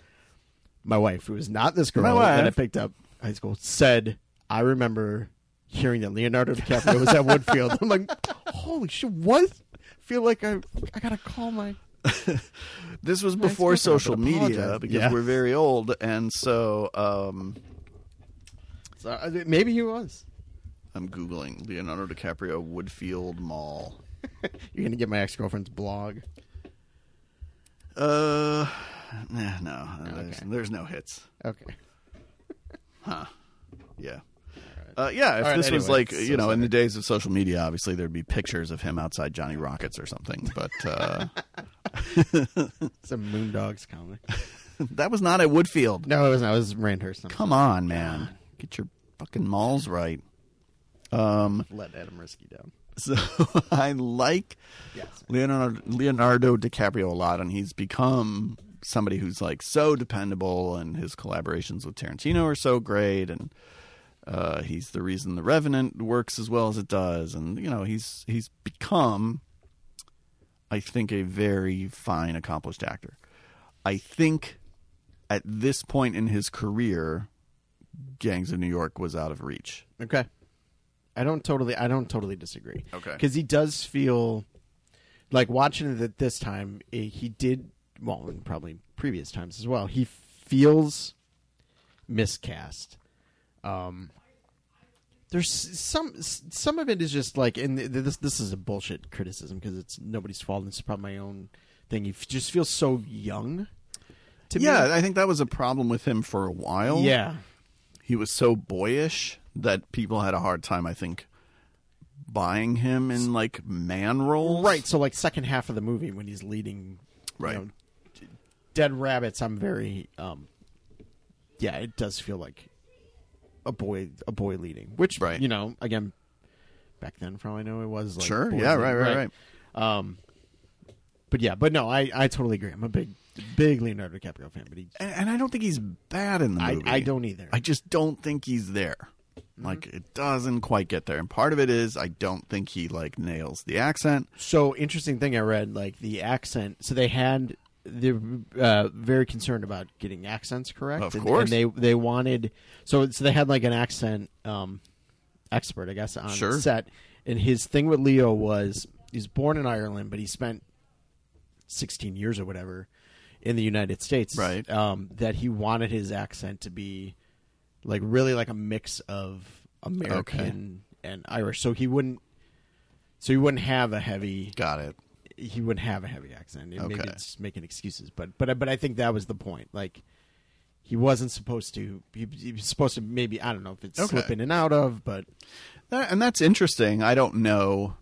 my wife, who was not this girl My wife. that I picked up high school, said, I remember hearing that Leonardo DiCaprio was at Woodfield. I'm like, holy shit, what? feel like I I gotta call my This was before girlfriend, I social should media apologize. because Yeah. we're very old, and so um, Sorry, maybe he was. I'm googling Leonardo DiCaprio Woodfield Mall. You're gonna get my ex girlfriend's blog. Uh, nah, no, there's, Okay. there's no hits. Okay. Yeah. Uh, yeah, if All right, this was anyway, like, so you know, in the days of social media, obviously there'd be pictures of him outside Johnny Rockets or something. But uh, Some Moondogs comic. that was not at Woodfield. No, it wasn't. It was Randhurst. Come on, man. Get your fucking malls right. Um, Let Adam Risky down. so I like Yes. Leonardo, Leonardo DiCaprio a lot, and he's become somebody who's like so dependable, and his collaborations with Tarantino are so great, and uh, he's the reason The Revenant works as well as it does, and you know he's he's become, I think, a very fine, accomplished actor. I think at this point in his career, Gangs of New York was out of reach. Okay. I don't totally. I don't totally disagree. Okay. Because he does feel like watching it at this time. eh, He did well, and probably previous times as well. He feels miscast. Um. There's s- some s- some of it is just like and th- this this is a bullshit criticism because it's nobody's fault. It's probably my own thing. He f- just feels so young. To me. Yeah, I think that was a problem with him for a while. Yeah. he was so boyish that people had a hard time, I think, buying him in like man roles. Right. So like second half of the movie when he's leading you Right. know, d- Dead Rabbits, I'm very um yeah, it does feel like a boy a boy leading. Which Right. you know, again back then for all I know it was like Sure. boy Yeah, leading, right, right, Um but yeah, but no, I, I totally agree. I'm a big big Leonardo DiCaprio fan, but he, And, and I don't think he's bad in the I, movie. I don't Mm-hmm. either. I just don't think he's there. Like it doesn't quite get there, and part of it is I don't think he like nails the accent. So interesting thing I read, like the accent. So they had they're uh, very concerned about getting accents correct. Of and- course. and, they they wanted so so they had like an accent um, expert, I guess, on Sure. set. And his thing with Leo was he's born in Ireland, but he spent sixteen years or whatever in the United States. Right. Um, that he wanted his accent to be like really like a mix of American and Irish, so he wouldn't. So he wouldn't have a heavy Got it. he wouldn't have a heavy accent. It- Maybe Okay. it's making excuses, but but but I think that was the point. Like he wasn't supposed to. He, he was supposed to maybe I don't know if it's Okay. slip in and out of, but That, and that's interesting. I don't know.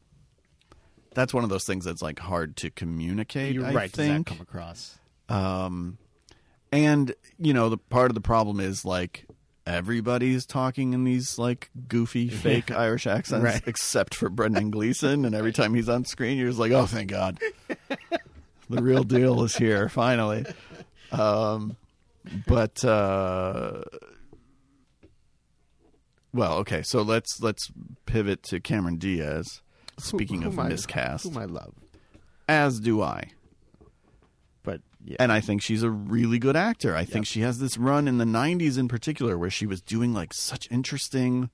That's one of those things that's like hard to communicate. you're I right. Does that Think. come across? Um, and you know, the part of the problem is like everybody's talking in these like goofy fake Irish accents, Right. except for Brendan Gleeson. And every time he's on screen, you're just like, oh, thank God, the real deal is here finally. Um, but uh, well, okay, so let's let's pivot to Cameron Diaz. Who- Speaking whom of I- miscast, whom I love, as do I but yeah, and I think she's a really good actor. I think she has this run in the 90s in particular where she was doing like such interesting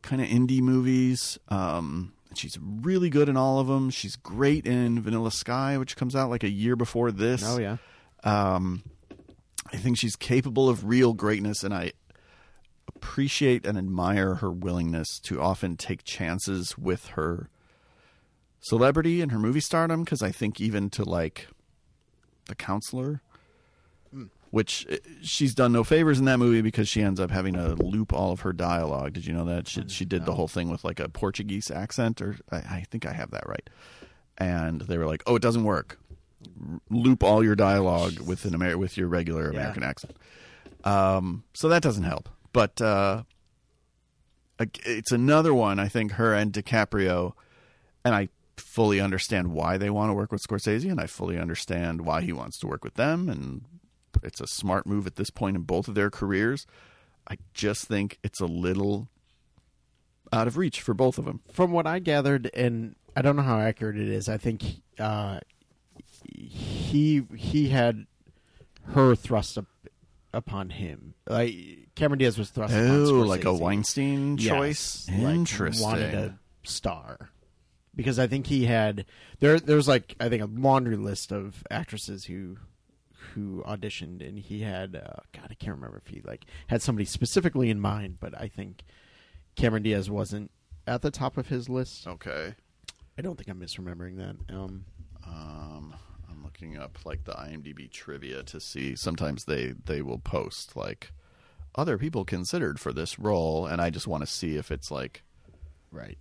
kind of indie movies. Um, and she's really good in all of them. She's great in Vanilla Sky, which comes out like a year before this. oh yeah, Um, I think she's capable of real greatness, and I appreciate and admire her willingness to often take chances with her celebrity and her movie stardom because I think even to like the counselor, which eh, she's done no favors in that movie because she ends up having to loop all of her dialogue. Did you know that she she did the whole thing with like a Portuguese accent or I, I think I have that right, and they were like, oh, it doesn't work. R- Loop all your dialogue with an Amer- with your regular American accent. Um, so that doesn't help, but. uh ag- it's another one. I think her and DiCaprio, and I fully understand why they want to work with Scorsese, and I fully understand why he wants to work with them, and it's a smart move at this point in both of their careers. I just think it's a little out of reach for both of them. From what I gathered, and I don't know how accurate it is, I think uh, he he had her thrust up upon him. Like Cameron Diaz was thrust. upon Oh, like a Scorsese. Weinstein Yes, choice. like, Interesting. wanted a star because I think he had there. There's like I think a laundry list of actresses who who auditioned, and he had uh, God, I can't remember if he like had somebody specifically in mind, but I think Cameron Diaz wasn't at the top of his list. okay. I don't think I'm misremembering that. Um, Um, I'm looking up like the IMDb trivia to see. Sometimes they they will post like other people considered for this role, and I just want to see if it's like right.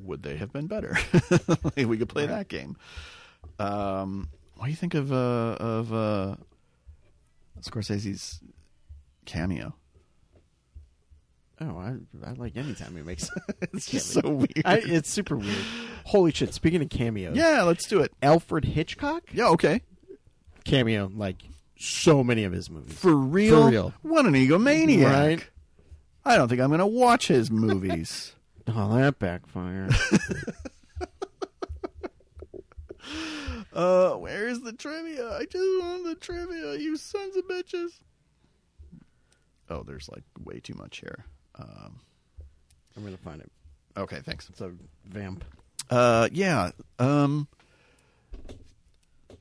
would they have been better? Like, we could play that game. Um, what do you think of uh, of uh, Scorsese's cameo? Oh, I I like anytime he makes. It's just so weird. I, it's super weird. Holy shit! Speaking of cameos, yeah, let's do it. Alfred Hitchcock Yeah, okay. cameo like so many of his movies. For real? real. What an egomaniac. Right? I don't think I'm going to watch his movies. Oh, that backfired. Uh, where is the trivia? I just want the trivia, you sons of bitches. Oh, there's like way too much here. Um, I'm gonna find it. okay, thanks. It's a vamp. Uh, yeah. Um,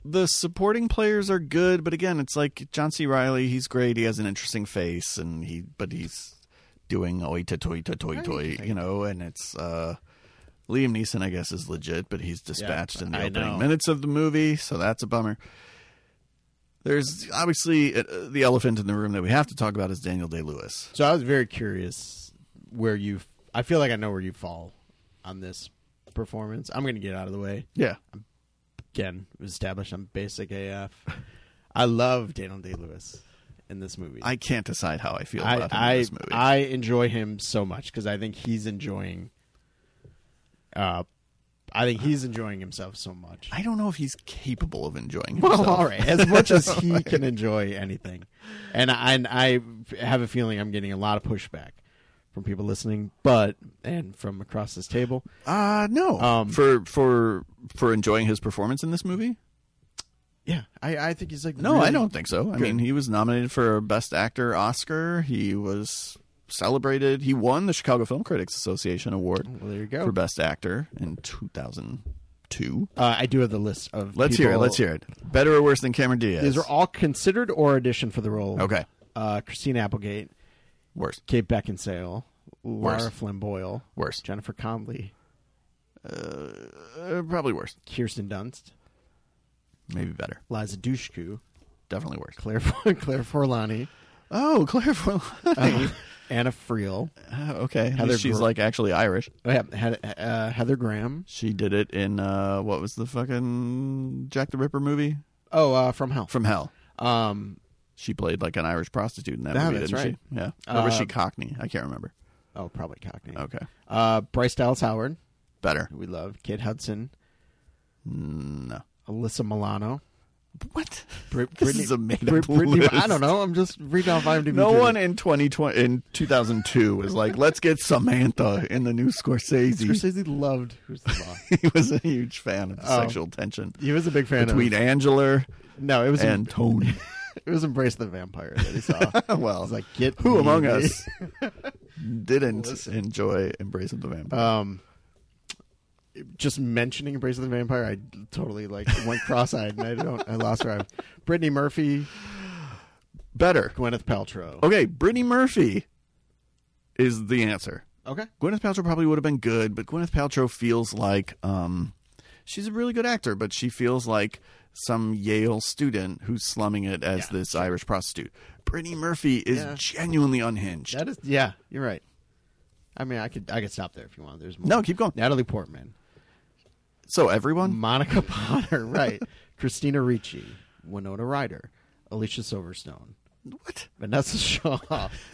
the supporting players are good, but again, it's like John C. Riley. He's great. He has an interesting face, and he but he's doing oi to toy to toy toy, you know. And it's uh, Liam Neeson, I guess, is legit, but he's dispatched in the I opening know. minutes of the movie, so that's a bummer. There's obviously uh, the elephant in the room that we have to talk about is Daniel Day Lewis. So I was very curious where you. I feel like I know where you fall on this performance. I'm gonna get out of the way Yeah, again. Established I'm basic AF. I love Daniel Day Lewis in this movie. I can't decide how I feel about him I in I, this movie. I enjoy him so much because I think he's enjoying. Uh, I think he's enjoying himself so much. I don't know if he's capable of enjoying himself. Well, all right. As much as he can enjoy anything, and I, and I have a feeling I'm getting a lot of pushback from people listening, but and from across this table. Uh no. Um, for for for enjoying his performance in this movie? Yeah, I, I think he's like No, really- I don't think so. I Good. mean, he was nominated for best actor Oscar. He was celebrated. He won the Chicago Film Critics Association award Well, there you go. for best actor in 2002. Uh, I do have the list of. Let's hear it. people- Let's hear it. Better or worse than Cameron Diaz? These are all considered or auditioned for the role. Okay. Uh, Christine Applegate, worse. Kate Beckinsale, Laura Worse. Flynn Boyle, Worse. Jennifer Conley, Uh, probably worse. Kirsten Dunst, Maybe better. Liza Dushku, Definitely worse. Claire Claire Forlani, um, Oh, Claire Forlani. Anna Friel, Uh, okay. At Heather least she's Gr- like actually Irish. Oh, yeah, had- uh, Heather Graham. She did it in uh, what was the fucking Jack the Ripper movie? Oh, uh, from Hell. From Hell. Um. She played like an Irish prostitute in that Ah, movie, that's didn't right. she? Yeah. Or was Uh, she Cockney? I can't remember. Oh, probably Cockney. Okay. Uh, Bryce Dallas Howard, Better. who we love. Kid Hudson, No. Alyssa Milano. What? Brit- This is a made-up Brit- Brittany- list. I don't know. I'm just reading off IMDb. No trivia. one in 2020 in 2002 was like, "Let's get Samantha in the new Scorsese." Scorsese loved Who's the Law. he was a huge fan of the Oh. sexual tension he was a big fan between of. Angela No, it was and Tony. it was Embrace the Vampire that he saw. well, It's like get who me among the- us didn't enjoy Embrace of the Vampire? Um, just mentioning Embrace of the Vampire, I totally like went cross-eyed and I don't. I lost her. Brittany Murphy, Better. Gwyneth Paltrow. Okay, Brittany Murphy is the answer. Okay. Gwyneth Paltrow probably would have been good, but Gwyneth Paltrow feels like um, she's a really good actor, but she feels like some Yale student who's slumming it as Yeah, this Irish prostitute. Brittany Murphy is Yeah. genuinely unhinged. That is, yeah, you're right. I mean, I could I could stop there if you want. There's more. No, keep going. Natalie Portman, so everyone, Monica Potter, right? Christina Ricci, Winona Ryder, Alicia Silverstone, what? Vanessa Shaw,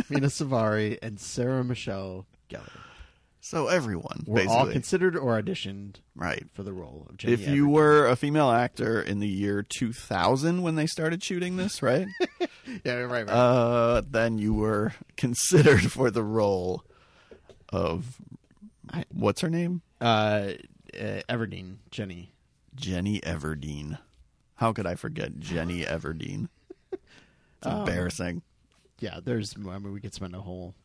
Mina Savari, and Sarah Michelle Gellar So everyone, were all basically, considered or auditioned right? for the role of Jenny. If you Average. were a female actor in the year 2000 when they started shooting this, right? yeah, right, right. uh, then you were considered for the role of what's her name? Uh, uh, Everdeen, Jenny. Jenny Everdeen. How could I forget Jenny Everdeen? It's Oh. embarrassing. Yeah, there's. I mean, we could spend a whole.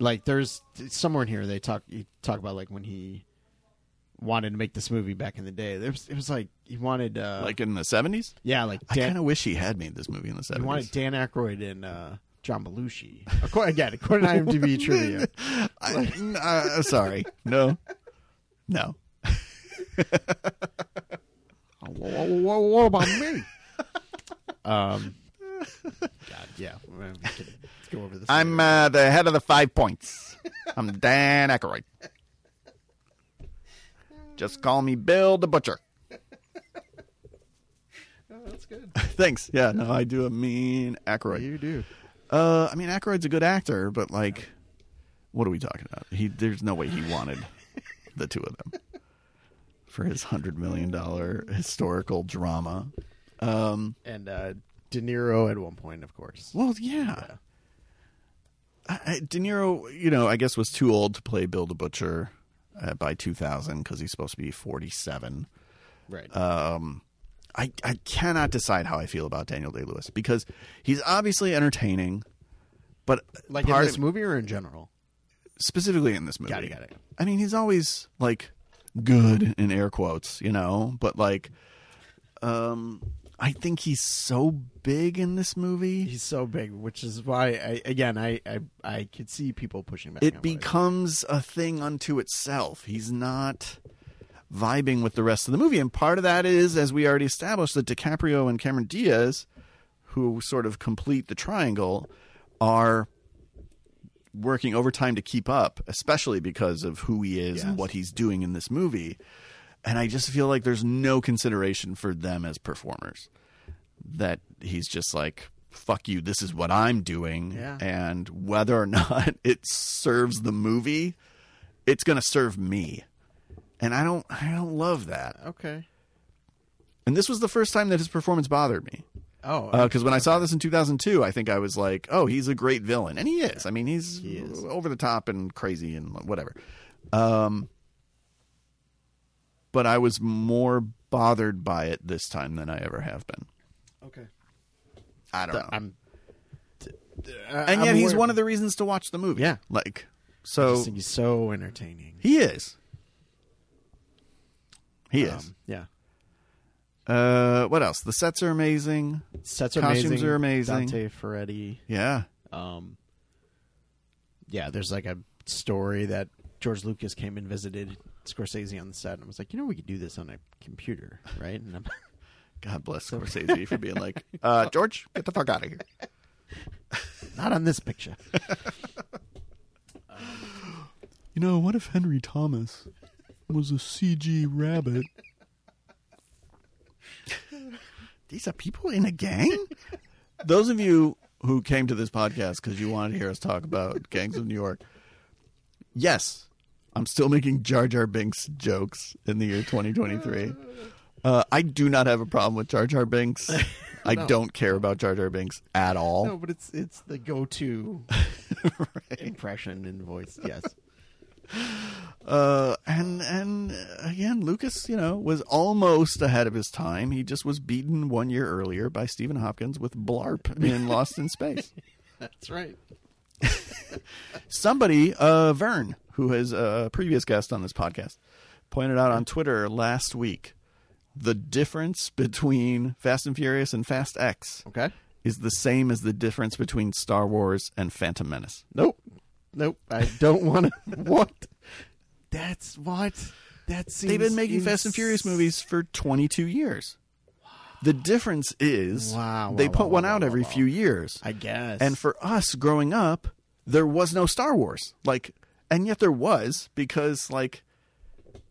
Like, there's somewhere in here they talk. You talk about like when he wanted to make this movie back in the day. There was, it was like he wanted, uh, Like in the 70s? yeah, like I kind Dan. of wish he had made this movie in the 70s. He wanted Dan Aykroyd and uh, John Belushi. According, again, according to IMDb trivia. I, n- uh, sorry. No. No. Wha- wha- what about me? um, God, yeah. Well, we can- Let's go over this. I'm uh, the head of the five points. I'm Dan Aykroyd. Just call me Bill the Butcher. later. Oh, that's good. Thanks. Yeah, no, I do a mean Aykroyd. You do. Uh, I mean, Aykroyd's a good actor, but like, what are we talking about? He, there's no way he wanted the two of them for his hundred million dollar historical drama. Um, And uh, De Niro at one point, of course. well, yeah. I, I, De Niro, you know, I guess was too old to play Bill the Butcher uh, by 2000 because he's supposed to be 47. Right. um, I I cannot decide how I feel about Daniel Day Lewis because he's obviously entertaining, but like in part this of- movie or in general? specifically in this movie, Got it, got it. I mean, he's always like good in air quotes, you know, but like, um, I think he's so big in this movie. He's so big, which is why I again I I, I could see people pushing back. It on what I- becomes a thing unto itself. He's not vibing with the rest of the movie. And part of that is, as we already established, that DiCaprio and Cameron Diaz, who sort of complete the triangle, are working overtime to keep up, especially because of who he is and Yes. what he's doing in this movie. And I just feel like there's no consideration for them as performers. That he's just like, fuck you, this is what I'm doing. Yeah. And whether or not it serves the movie, it's going to serve me and I don't I don't love that. okay. And this was the first time that his performance bothered me Oh, because when I saw this in 2002, I think I was like, oh, he's a great villain, and he is. I mean, he's is. over the top and crazy and whatever. Um, but I was more bothered by it this time than I ever have been. okay. I don't know. I'm. and yet, he's one of Oh. the reasons to watch the movie. Yeah. like I so just think he's so entertaining. he is. He is. Um, yeah. Uh, what else? The sets are amazing. Sets are Costumes amazing. are amazing. Dante Ferretti. Yeah. Um, yeah, there's like a story that George Lucas came and visited Scorsese on the set and was like, you know, we could do this on a computer, right? And I'm, God bless Scorsese for being like, uh, George, get the fuck out of here. not on this picture. You know, what if Henry Thomas was a CG rabbit? These are people in a gang? Those of you who came to this podcast because you wanted to hear us talk about Gangs of New York, yes, I'm still making Jar Jar Binks jokes in the year 2023. Uh, I do not have a problem with Jar Jar Binks. I No. don't care about Jar Jar Binks at all. No, but it's it's the go-to impression and voice. Yes, Uh, and and uh, again, Lucas, you know, was almost ahead of his time. He just was beaten one year earlier by Stephen Hopkins with Blarp in Lost in Space. that's right. Somebody, uh, Vern, who is a previous guest on this podcast, pointed out on Twitter last week the difference between Fast and Furious and Fast X Okay. is the same as the difference between Star Wars and Phantom Menace. Nope. Nope. I don't want to. what? That's what. That seems They've been making Fast and Furious ins- movies for 22 years. The difference is Wow, wow, they put wow, one wow, out wow, every wow. few years. I guess. And for us growing up, there was no Star Wars. Like, and yet there was because like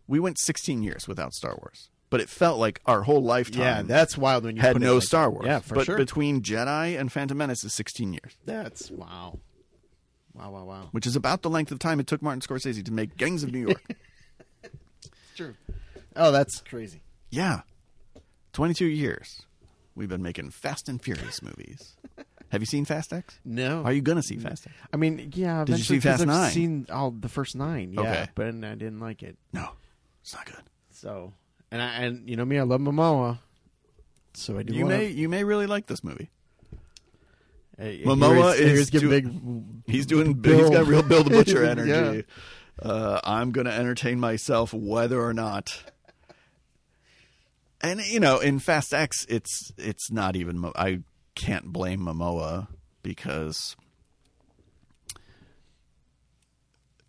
we went 16 years without Star Wars, but it felt like our whole lifetime. yeah, that's wild when you had put it no like Star that. Wars. Yeah, for but sure. between Jedi and Phantom Menace is 16 years, that's wow, wow, wow, wow. which is about the length of time it took Martin Scorsese to make Gangs of New York. It's true. Oh, that's crazy. yeah, 22 years we've been making Fast and Furious movies. Have you seen Fast X? No, Are you gonna see Fast X? I mean, yeah. Did you see eventually, 'cause Fast I've Nine? Seen all the first nine. Yeah, Okay. but I didn't like it. No, it's not good. So, and I and you know me, I love Momoa. So I do. You wanna, may you may really like this movie. I- I hear Momoa he's- I hear is he's getting doing- big. He's doing. He's got Bill. real Bill the Butcher Yeah. energy. uh, I'm going to entertain myself whether or not. And you know, in Fast X, it's it's not even. Mo- I can't blame Momoa because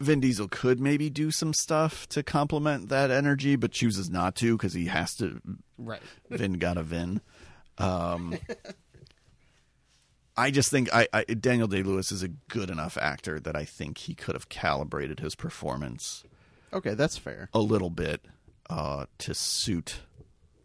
Vin Diesel could maybe do some stuff to complement that energy, but chooses not to because he has to right. Vin got a Vin. Um, I just think I, I Daniel Day Lewis is a good enough actor that I think he could have calibrated his performance Okay, that's fair. a little bit uh, to suit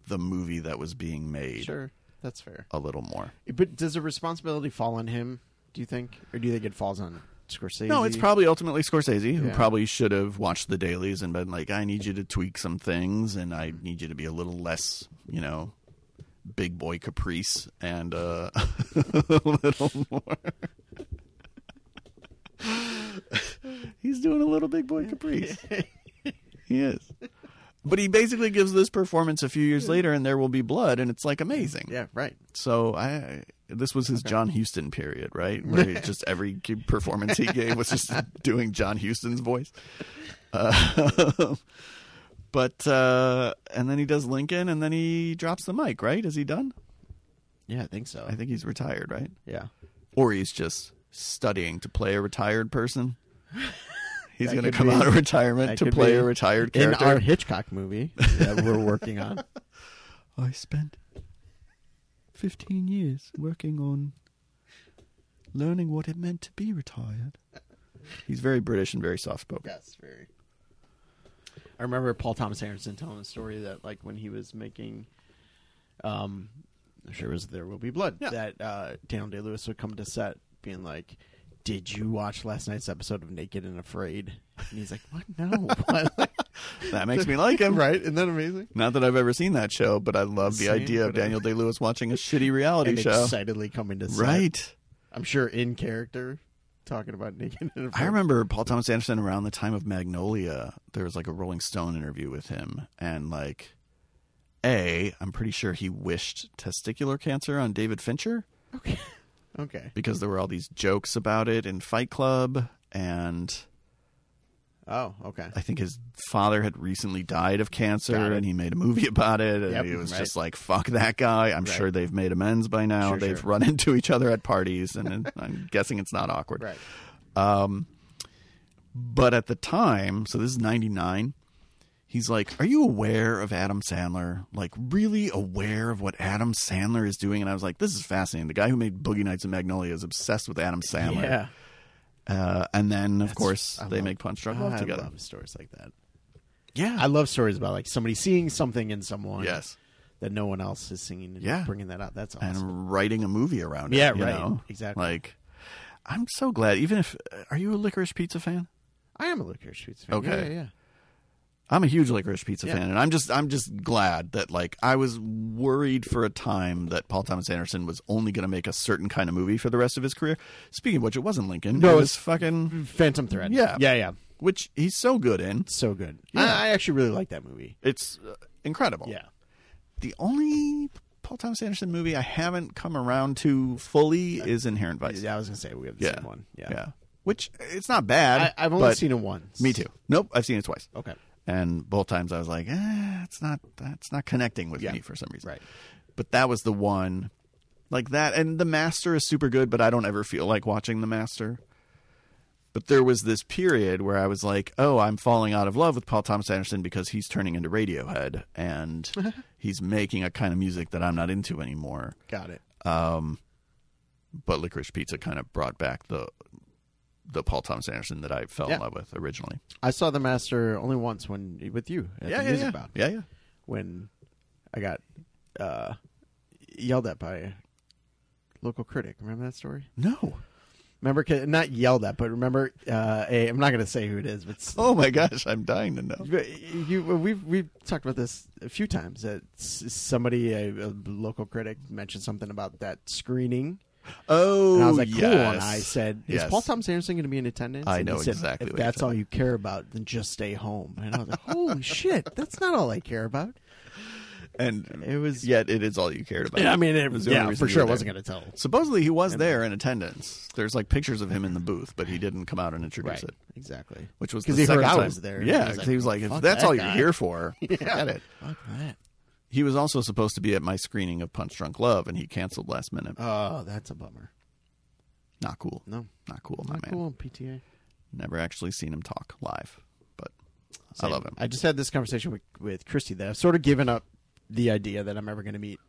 the movie that was being made Sure, that's fair. a little more. But does the responsibility fall on him? Do you think, or do you think it falls on Scorsese? No, it's probably ultimately Scorsese who Yeah. probably should have watched the dailies and been like, I need you to tweak some things and I need you to be a little less, you know, big boy caprice and uh, a little more. He's doing a little big boy caprice. he is. But he basically gives this performance a few years later and there will be blood and it's like amazing. Yeah, right. So I this was his John Huston period, right? Where it just every g- performance he gave was just doing John Huston's voice. Uh, but uh, and then he does Lincoln, and then he drops the mic. Right? Is he done? Yeah, I think so. I think he's retired, right? Yeah, Or he's just studying to play a retired person. He's That going to could come be- out of that retirement to could play be a retired in character. our Hitchcock movie that we're working on. I spent 15 years working on learning what it meant to be retired. He's very British and very soft spoken. Yes, very. I remember Paul Thomas Anderson telling a story that, like, when he was making, um, I'm sure it was "There Will Be Blood," Yeah. that uh, Daniel Day Lewis would come to set, being like, "Did you watch last night's episode of Naked and Afraid?" And he's like, "What? No, What?" That makes me like him. right? Isn't that amazing? Not that I've ever seen that show, but I love the Same, idea of whatever. Daniel Day Lewis watching a shitty reality And show. excitedly coming to set, Right. I'm sure in character, talking about Naked and Afraid. I remember Paul Thomas Anderson around the time of Magnolia. There was like a Rolling Stone interview with him, and like, A, I'm pretty sure he wished testicular cancer on David Fincher. Okay. Okay. because there were all these jokes about it in Fight Club, and Oh, okay. I think his father had recently died of cancer, Got it. and he made a movie about it, and Yep, he was right. just like, "Fuck that guy." I'm Right. sure they've made amends by now. Sure, they've sure. run into each other at parties, and and I'm guessing it's not awkward. Right. But at the time, so this is 99, he's like, Are you aware of Adam Sandler? Like, really aware of what Adam Sandler is doing? And I was like, This is fascinating. The guy who made Boogie Nights and Magnolia is obsessed with Adam Sandler. Yeah. Uh, and then, of course, I they love- make Punch Drunk I Love together. love stories like that. Yeah. I love stories about like somebody seeing something in someone. yes. That no one else is singing. And Yeah. Bringing that out. That's awesome. And writing a movie around it. Yeah, you right. know? Exactly. Like, I'm so glad. Even if, are you a licorice pizza fan? I am a Licorice Pizza fan. Okay. Yeah, yeah, yeah. I'm a huge licorice pizza Yeah. fan, and I'm just I'm just glad that like I was worried for a time that Paul Thomas Anderson was only going to make a certain kind of movie for the rest of his career. Speaking of which, it wasn't Lincoln. it No, it's- Mm. was fucking Phantom Thread. Yeah. Yeah, yeah. which he's so good in. So good. Yeah. I, I actually really like that movie. It's uh, incredible. Yeah. The only Paul Thomas Anderson movie I haven't come around to fully is Inherent Vice. Yeah, I was going to say we have the yeah. same one. Yeah. Which it's not bad. I, I've only but- seen it once. Me too. Nope, I've seen it twice. Okay. and both times I was like, eh, it's not that's not connecting with Yeah. me for some reason. Right. But that was the one like that and The Master is super good, but I don't ever feel like watching The Master. But there was this period where I was like, "Oh, I'm falling out of love with Paul Thomas Anderson because he's turning into Radiohead and he's making a kind of music that I'm not into anymore." Got it. But Licorice Pizza kind of brought back the the Paul Thomas Anderson that I fell Yeah. in love with originally. I saw The Master only once when with you at the music bound yeah, yeah. when I got uh, yelled at by a local critic. Remember that story? No. Remember, 'cause- not yelled at, but remember, uh, a, I'm not going to say who it is, but s- Oh my gosh, I'm dying to know. But you, we've we've talked about this a few times. That s- somebody, a, a local critic, mentioned something about that screening, Oh, and I was like, "Cool!" And yes. I said, "Is Yes. Paul Thomas Anderson going to be in attendance?" I And he know said, exactly If what you're that's all talking you care about, then just stay home. And I was like, "Holy shit! That's not all I care about." and It was- yet it is all you cared about. And I mean, was it was the only yeah, reason for you sure. I were wasn't there. going to tell. Supposedly he was there in attendance. There's like pictures of him in the booth, but he didn't come out and introduce it, Exactly. which was 'Cause the he heard second I time. was there. Yeah, He was 'cause like, he was like, if "Fuck that's that all you're guy." here for, forget it. Fuck that. He was also supposed to be at my screening of Punch Drunk Love, and he canceled last minute. Oh, that's a bummer. Not cool. No, Not cool, my not man. cool. PTA. Never actually seen him talk live, but I love him. I just had this conversation with, with Christy that I've sort of given up the idea that I'm ever going to meet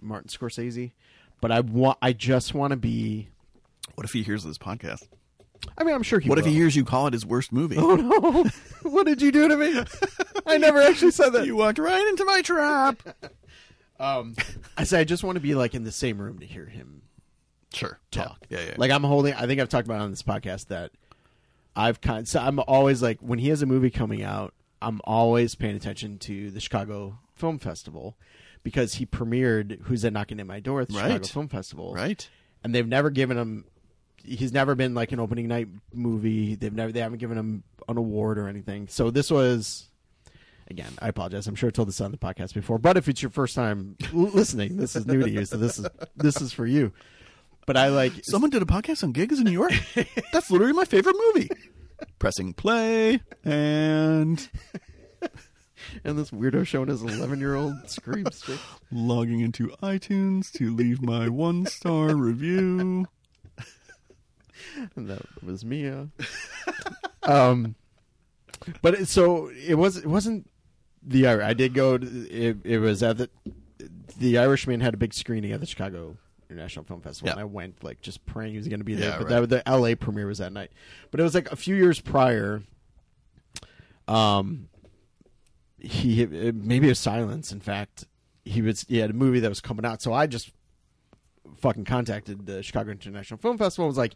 Martin Scorsese, but I want I just want to be. what if he hears this podcast? I mean, I'm sure he. What will. if he hears you call it his worst movie? Oh no! what did you do to me? I never actually said that. you walked right into my trap. Um, I said I just want to be like in the same room to hear him Sure. talk. Yeah, yeah. yeah. Like I'm holding. I think I've talked about it on this podcast that I've kind. So I'm always like when he has a movie coming out, I'm always paying attention to the Chicago Film Festival because he premiered "Who's That Knocking at My Door" at the Chicago Right. Film Festival, right. And they've never given him. He's never been like an opening night movie. They've never. They haven't given him an award or anything. So this was. Again, I apologize. I'm sure I told this on the podcast before, but if it's your first time l- listening, this is new to you, so this is this is for you. But I like Someone did a podcast on gigs in New York. That's literally my favorite movie. Pressing play and And this weirdo showing his 11 year old screams. logging into iTunes to leave my one star review. And that was Mia. um, but it, so it was. It wasn't the Irish. I did go. To, it, it was at the the Irishman had a big screening at the Chicago International Film Festival, Yeah. and I went like just praying he was going to be there. Yeah, but right. that, the L.A. premiere was that night. But it was like a few years prior. Um, he maybe it was Silence. In fact, he was he had a movie that was coming out, so I just fucking contacted the Chicago International Film Festival. and Was like,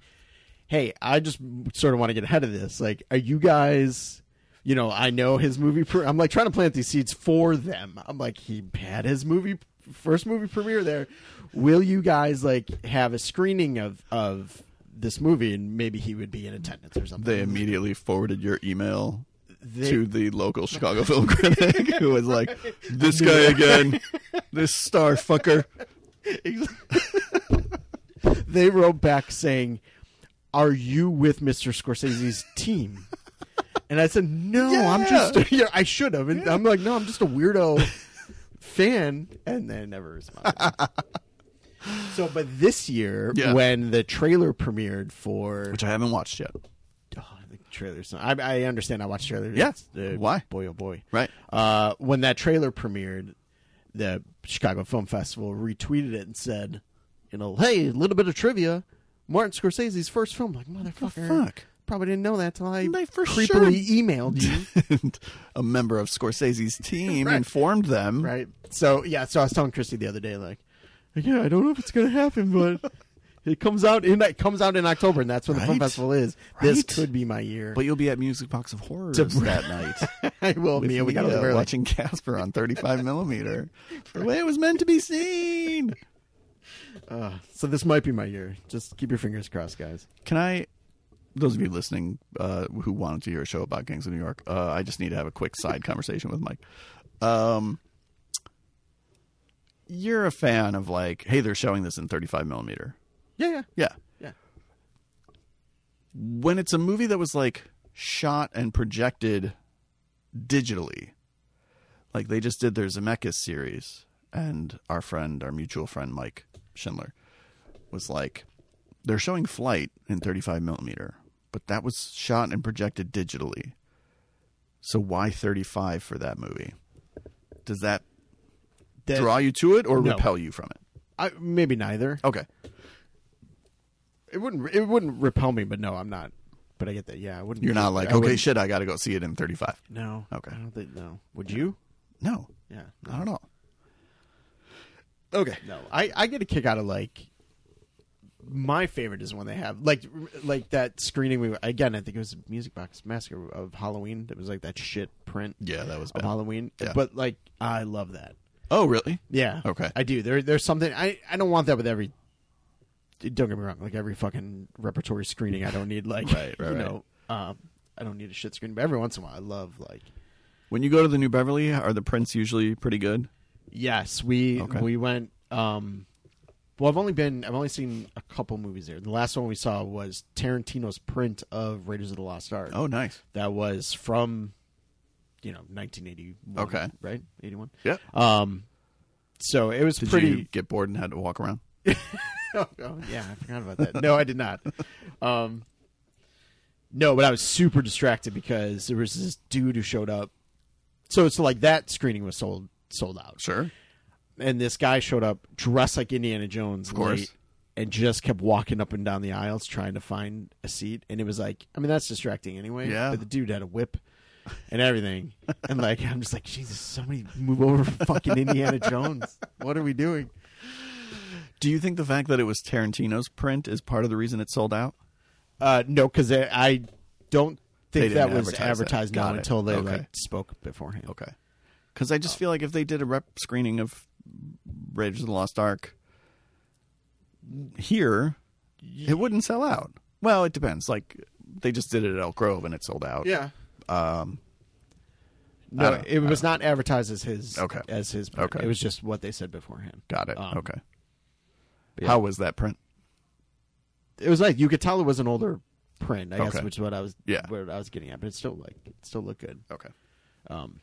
hey, I just sort of want to get ahead of this. Like, are you guys? You know, I know his movie. Pre- I'm like trying to plant these seeds for them. I'm like, he had his movie first movie premiere there. Will you guys like have a screening of of this movie and maybe he would be in attendance or something? They immediately forwarded your email They- to the local Chicago film critic who was like, This guy again. This star fucker. they wrote back saying, "Are you with Mr. Scorsese's team?" And I said, "No, I'm Yeah. just yeah, I should have." And I'm like, "No, I'm just a weirdo fan," and they never responded. so, but this year, Yeah. when the trailer premiered for Which I haven't watched yet. oh, the trailers, I, I understand. I watched trailers. Yeah. Uh, Why? boy, oh boy, Right. uh, when that trailer premiered, the Chicago Film Festival retweeted it and said, "You know, hey, a little bit of trivia: Martin Scorsese's first film." Like motherfucker, fuck? probably didn't know that till I They for creepily emailed you, And a member of Scorsese's team Mm-hmm. Right. informed them. right? So yeah, so I was telling Christy the other day, like, yeah, I don't know if it's gonna happen, but it comes out in it comes out in October, and that's when the film Right? festival is. This Right. could be my year. But you'll be at Music Box of Horrors that night. I will. with Mia, we got Mia over early. watching Casper on 35 millimeter, the way it was meant to be seen. Uh, so this might be my year. Just keep your fingers crossed, guys. Can I? Those of you listening uh, who wanted to hear a show about gangs in New York, uh, I just need to have a quick side conversation with Mike. Um, you're a fan of like, hey, they're showing this in 35 millimeter. Yeah, yeah, Yeah, yeah. when it's a movie that was like shot and projected digitally, like they just did their Zemeckis series, and our friend, our mutual friend Mike Schindler, was like, they're showing Flight in 35 millimeter, but that was shot and projected digitally. So why 35 for that movie? Does that That- draw you to it or No. repel you from it? I, maybe neither. Okay. It wouldn't. It wouldn't repel me, but no, I'm not. But I get that. Yeah, I wouldn't. You're not like, I okay, wouldn't- shit, I got to go see it in 35. No. Okay. I don't think. No. Would you? No, Yeah. No. not at all. Okay. No, I, I get a kick out of like my favorite is when they have like like that screening we again I think it was Music Box Massacre of Halloween that was like that shit print Yeah, that was of bad. Halloween Yeah. but like I love that Oh, really? yeah Okay. I do there there's something I I don't want that with every don't get me wrong like every fucking repertory screening I don't need like Right, right, you right. know um I don't need a shit screen but every once in a while I love like When you go to the New Beverly, are the prints usually pretty good? Yes, we Okay. we went. Um, well, I've only been I've only seen a couple movies there. The last one we saw was Tarantino's print of Raiders of the Lost Ark. Oh, nice. that was from, you know, 1981. Okay. right, 81. Yeah. Um, so it was Did pretty. you get bored and had to walk around? oh, oh, yeah, I forgot about that. No, I did not. Um, no, but I was super distracted because there was this dude who showed up. So it's like that screening was sold sold out. Sure. and this guy showed up dressed like Indiana Jones, of course. and just kept walking up and down the aisles trying to find a seat. And it was like, I mean, that's distracting anyway. Yeah. But the dude had a whip and everything, and like, I'm just like, Jesus, somebody move over, for fucking Indiana Jones. What are we doing? Do you think the fact that it was Tarantino's print is part of the reason it sold out? Uh, no, because I, I don't think They that didn't was advertise that. advertised Got now it. until they Okay. like spoke beforehand. Okay. Oh. Because I just feel like if they did a rep screening of Raiders of the Lost Ark here, it wouldn't sell out. Well, it depends. Like they just did it at Elk Grove and it sold out. Yeah. Um, I No, don't- it was not advertised as his. Okay. As his. Part. Okay. It was just what they said beforehand. got it. Um, okay. but yeah. How was that print? it was like you could tell it was an older print, I guess, Okay. which is what I was Yeah. what I was getting at, but it still like it still looked good. Okay. Um,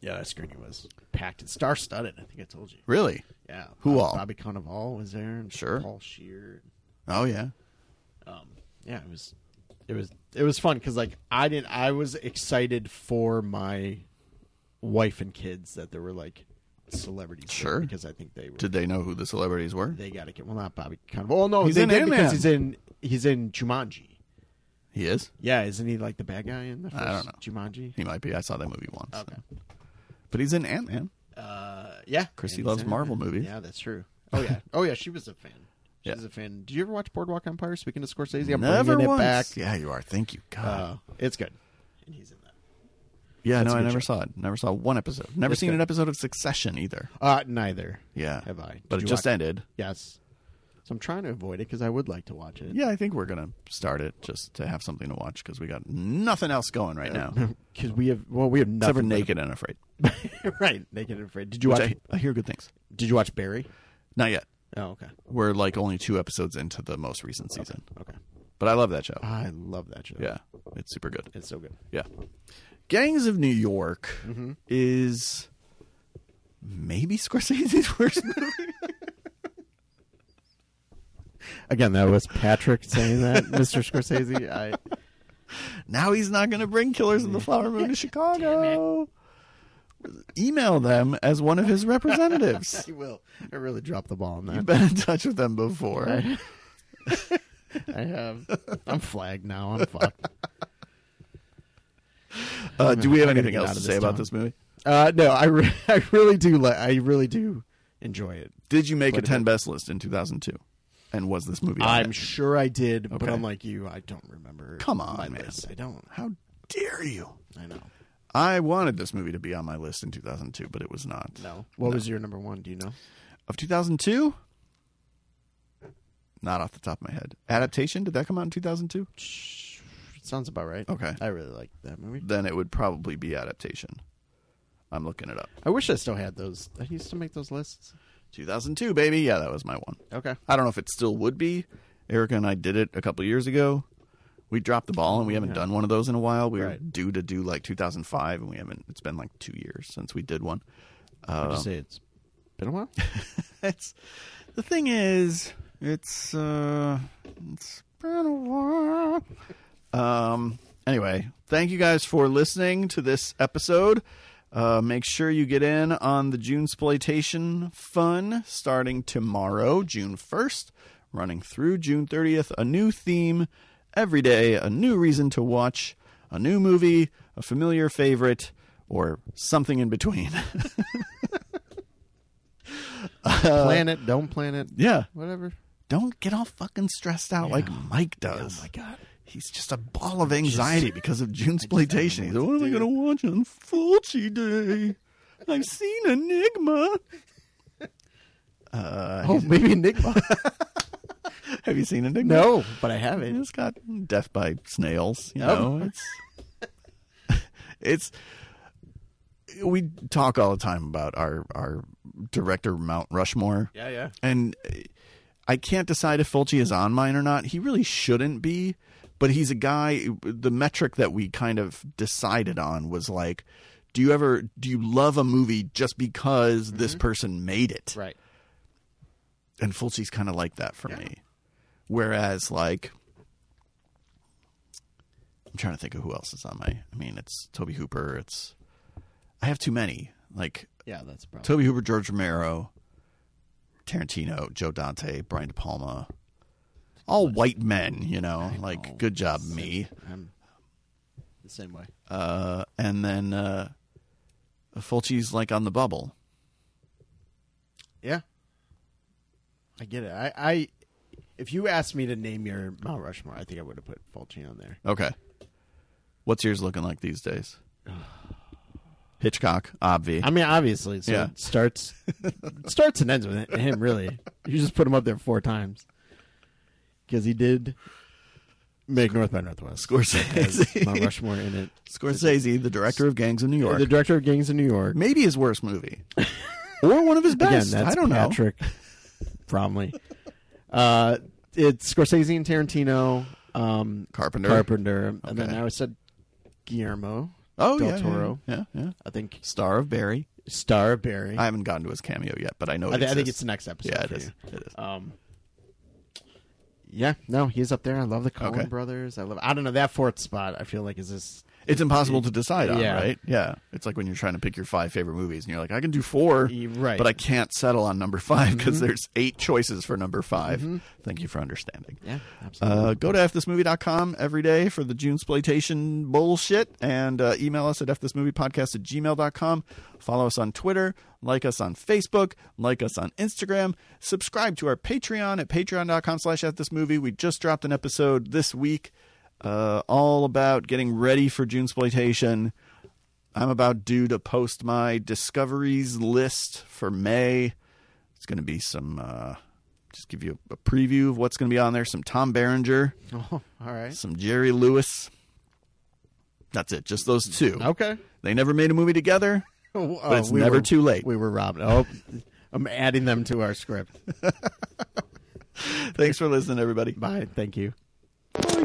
yeah, that screening was packed and star studded. I think I told you. Really? Yeah, Who Uh, all? Bobby Cannavale was there, and Sure. Paul Shear. Oh yeah. Um, yeah, it was, it was, it was fun because like I didn't, I was excited for my wife and kids that there were like celebrities. there Sure. because I think they were. Did they know who the celebrities were? they got to get well, not Bobby Cannavale. Oh no, He's they in did because Ant-Man. he's in he's in Jumanji. He is. Yeah, isn't he like the bad guy in the first I don't Jumanji? He might be. I saw that movie once. Okay. But he's in Ant Man. Uh, yeah, Christy And loves he's in Marvel it. movies. Yeah, that's true. Oh yeah, oh yeah, she was a fan. She Yeah. was a fan. Did you ever watch Boardwalk Empire? Speaking of Scorsese, I'm Never bringing once. it back. Yeah, you are. Thank you, God. Uh, it's good. And he's in that. yeah, that's no, a I good never show. saw it. Never saw one episode. Never It's seen good. an episode of Succession either. Uh, neither. Yeah, Have I? But Did it you just watch- ended. Yes. So I'm trying to avoid it because I would like to watch it. Yeah, I think we're gonna start it just to have something to watch because we got nothing else going right now Because we have well, we have except nothing for but- Naked and Afraid. right, naked and afraid. Did you Which watch? I, I hear good things. Did you watch Barry? Not yet. Oh, okay, We're like only two episodes into the most recent season, okay. Uh-huh. but I love that show. I love that show. Yeah, it's super good. it's so good. Yeah, Gangs of New York Mm-hmm. is maybe Scorsese's worst movie. Again, that was Patrick saying that, Mr. Scorsese. I now he's not going to bring Killers of the Flower Moon to Chicago. Email them as one of his representatives. I will. I really dropped the ball on You've that. been in touch with them before. I have. I'm flagged now. I'm fucked. Uh, do we have I gotta anything get else out to of say this about town. this movie? Uh, no, I, re- I really do. Li- I really do enjoy it. Did you make Quite a a 10 best list in 2002? And was this movie on I'm it? sure I did, but Okay. unlike you, I don't remember. Come on, my man. list. I don't. How dare you? I know. I wanted this movie to be on my list in 2002, but it was not. No. What was your number one? Do you know? Of 2002? Not off the top of my head. Adaptation? Did that come out in 2002? Sounds about right. Okay. I really like that movie. Then it would probably be adaptation. I'm looking it up. I wish I still had those. I used to make those lists. 2002, baby. Yeah, that was my one. Okay. I don't know if it still would be. Erica and I did it a couple years ago. We dropped the ball and we haven't done one of those in a while. We were Right. due to do like 2005 and we haven't. It's been like two years since we did one. Uh, Would you say it's been a while? It's the thing is, it's uh, it's been a while. Um, anyway, thank you guys for listening to this episode. Uh, make sure you get in on the June exploitation fun starting tomorrow, June 1st, running through June 30th. A new theme every day, a new reason to watch, a new movie, a familiar favorite, or something in between. plan it, don't plan it, yeah. whatever. Don't get all fucking stressed out like Mike does. Oh god. He's just a ball of anxiety because of June exploitation. He's like, what am I going to watch on Fulci Day? I've seen Enigma. Oh, maybe Enigma. Have you seen Enigma? no, but I haven't. It's got death by snails. You Oh. know, it's it's. We talk all the time about our our director Mount Rushmore. Yeah, yeah. and uh, I can't decide if Fulci is on mine or not. He really shouldn't be, but he's a guy. The metric that we kind of decided on was like, do you ever do you love a movie just because this person made it? Right. And Fulci's kind of like that for me. Whereas like. I'm trying to think of who else is on my. I mean, it's Toby Hooper. It's I have too many. Like Yeah, that's a problem. Toby Hooper, George Romero, Tarantino, Joe Dante, Brian De Palma. All white men, you know, like know. good job me. I'm the same way. Uh, and then uh, Fulci's like on the bubble. Yeah. I get it. I, I if you asked me to name your Mount Rushmore, I think I would have put Fulci on there. Okay. What's yours looking like these days? Hitchcock, obvi. I mean, obviously, so Yeah. it starts it starts and ends with it- him. Really, you just put him up there four times because he did make North by Northwest. Has Mount Scorsese. Rushmore in it. Scorsese, the director of Gangs of New York. The director of Gangs in New York. Maybe his worst movie. or one of his Again, best. that's I don't know. Patrick Bromley. Uh, it's Scorsese and Tarantino. Um, Carpenter. Carpenter, and then Okay. I always said Guillermo. Oh, Del yeah, yeah, Toro. Yeah, yeah. I think Star of Barry. Star of Barry. I I, haven't gotten to his cameo yet, but I know. It thi- I think exists. it's the next episode. yeah, it for is. you. It is. Um, yeah, no, he's up there. I love the Coen Okay. brothers. I love. I don't know that fourth spot. I feel like is this. It's impossible to decide on, Yeah. right? Yeah, it's like when you're trying to pick your five favorite movies, and you're like, I can do four, Y- right. Mm-hmm. but I can't settle on number five because there's eight choices for number 5 Thank you for understanding. Yeah, absolutely. Uh, go to fthismovie.com every day for the June exploitation bullshit and uh, email us at fthismoviepodcast at gmail.com. Follow us on Twitter, like us on Facebook, like us on Instagram, subscribe to our Patreon at patreon.com slash fthismovie. We just dropped an episode this week uh, all about getting ready for June exploitation. I'm about due to post my discoveries list for May. It's going to be some, uh, just give you a preview of what's going to be on there. Some Tom Berenger, oh, all right. some Jerry Lewis. That's it. Just those two. Okay. They never made a movie together. Oh, it's never were, too late. We were robbed. Oh, I'm adding them to our script. Thanks for listening, everybody. Bye. Thank you. Toy,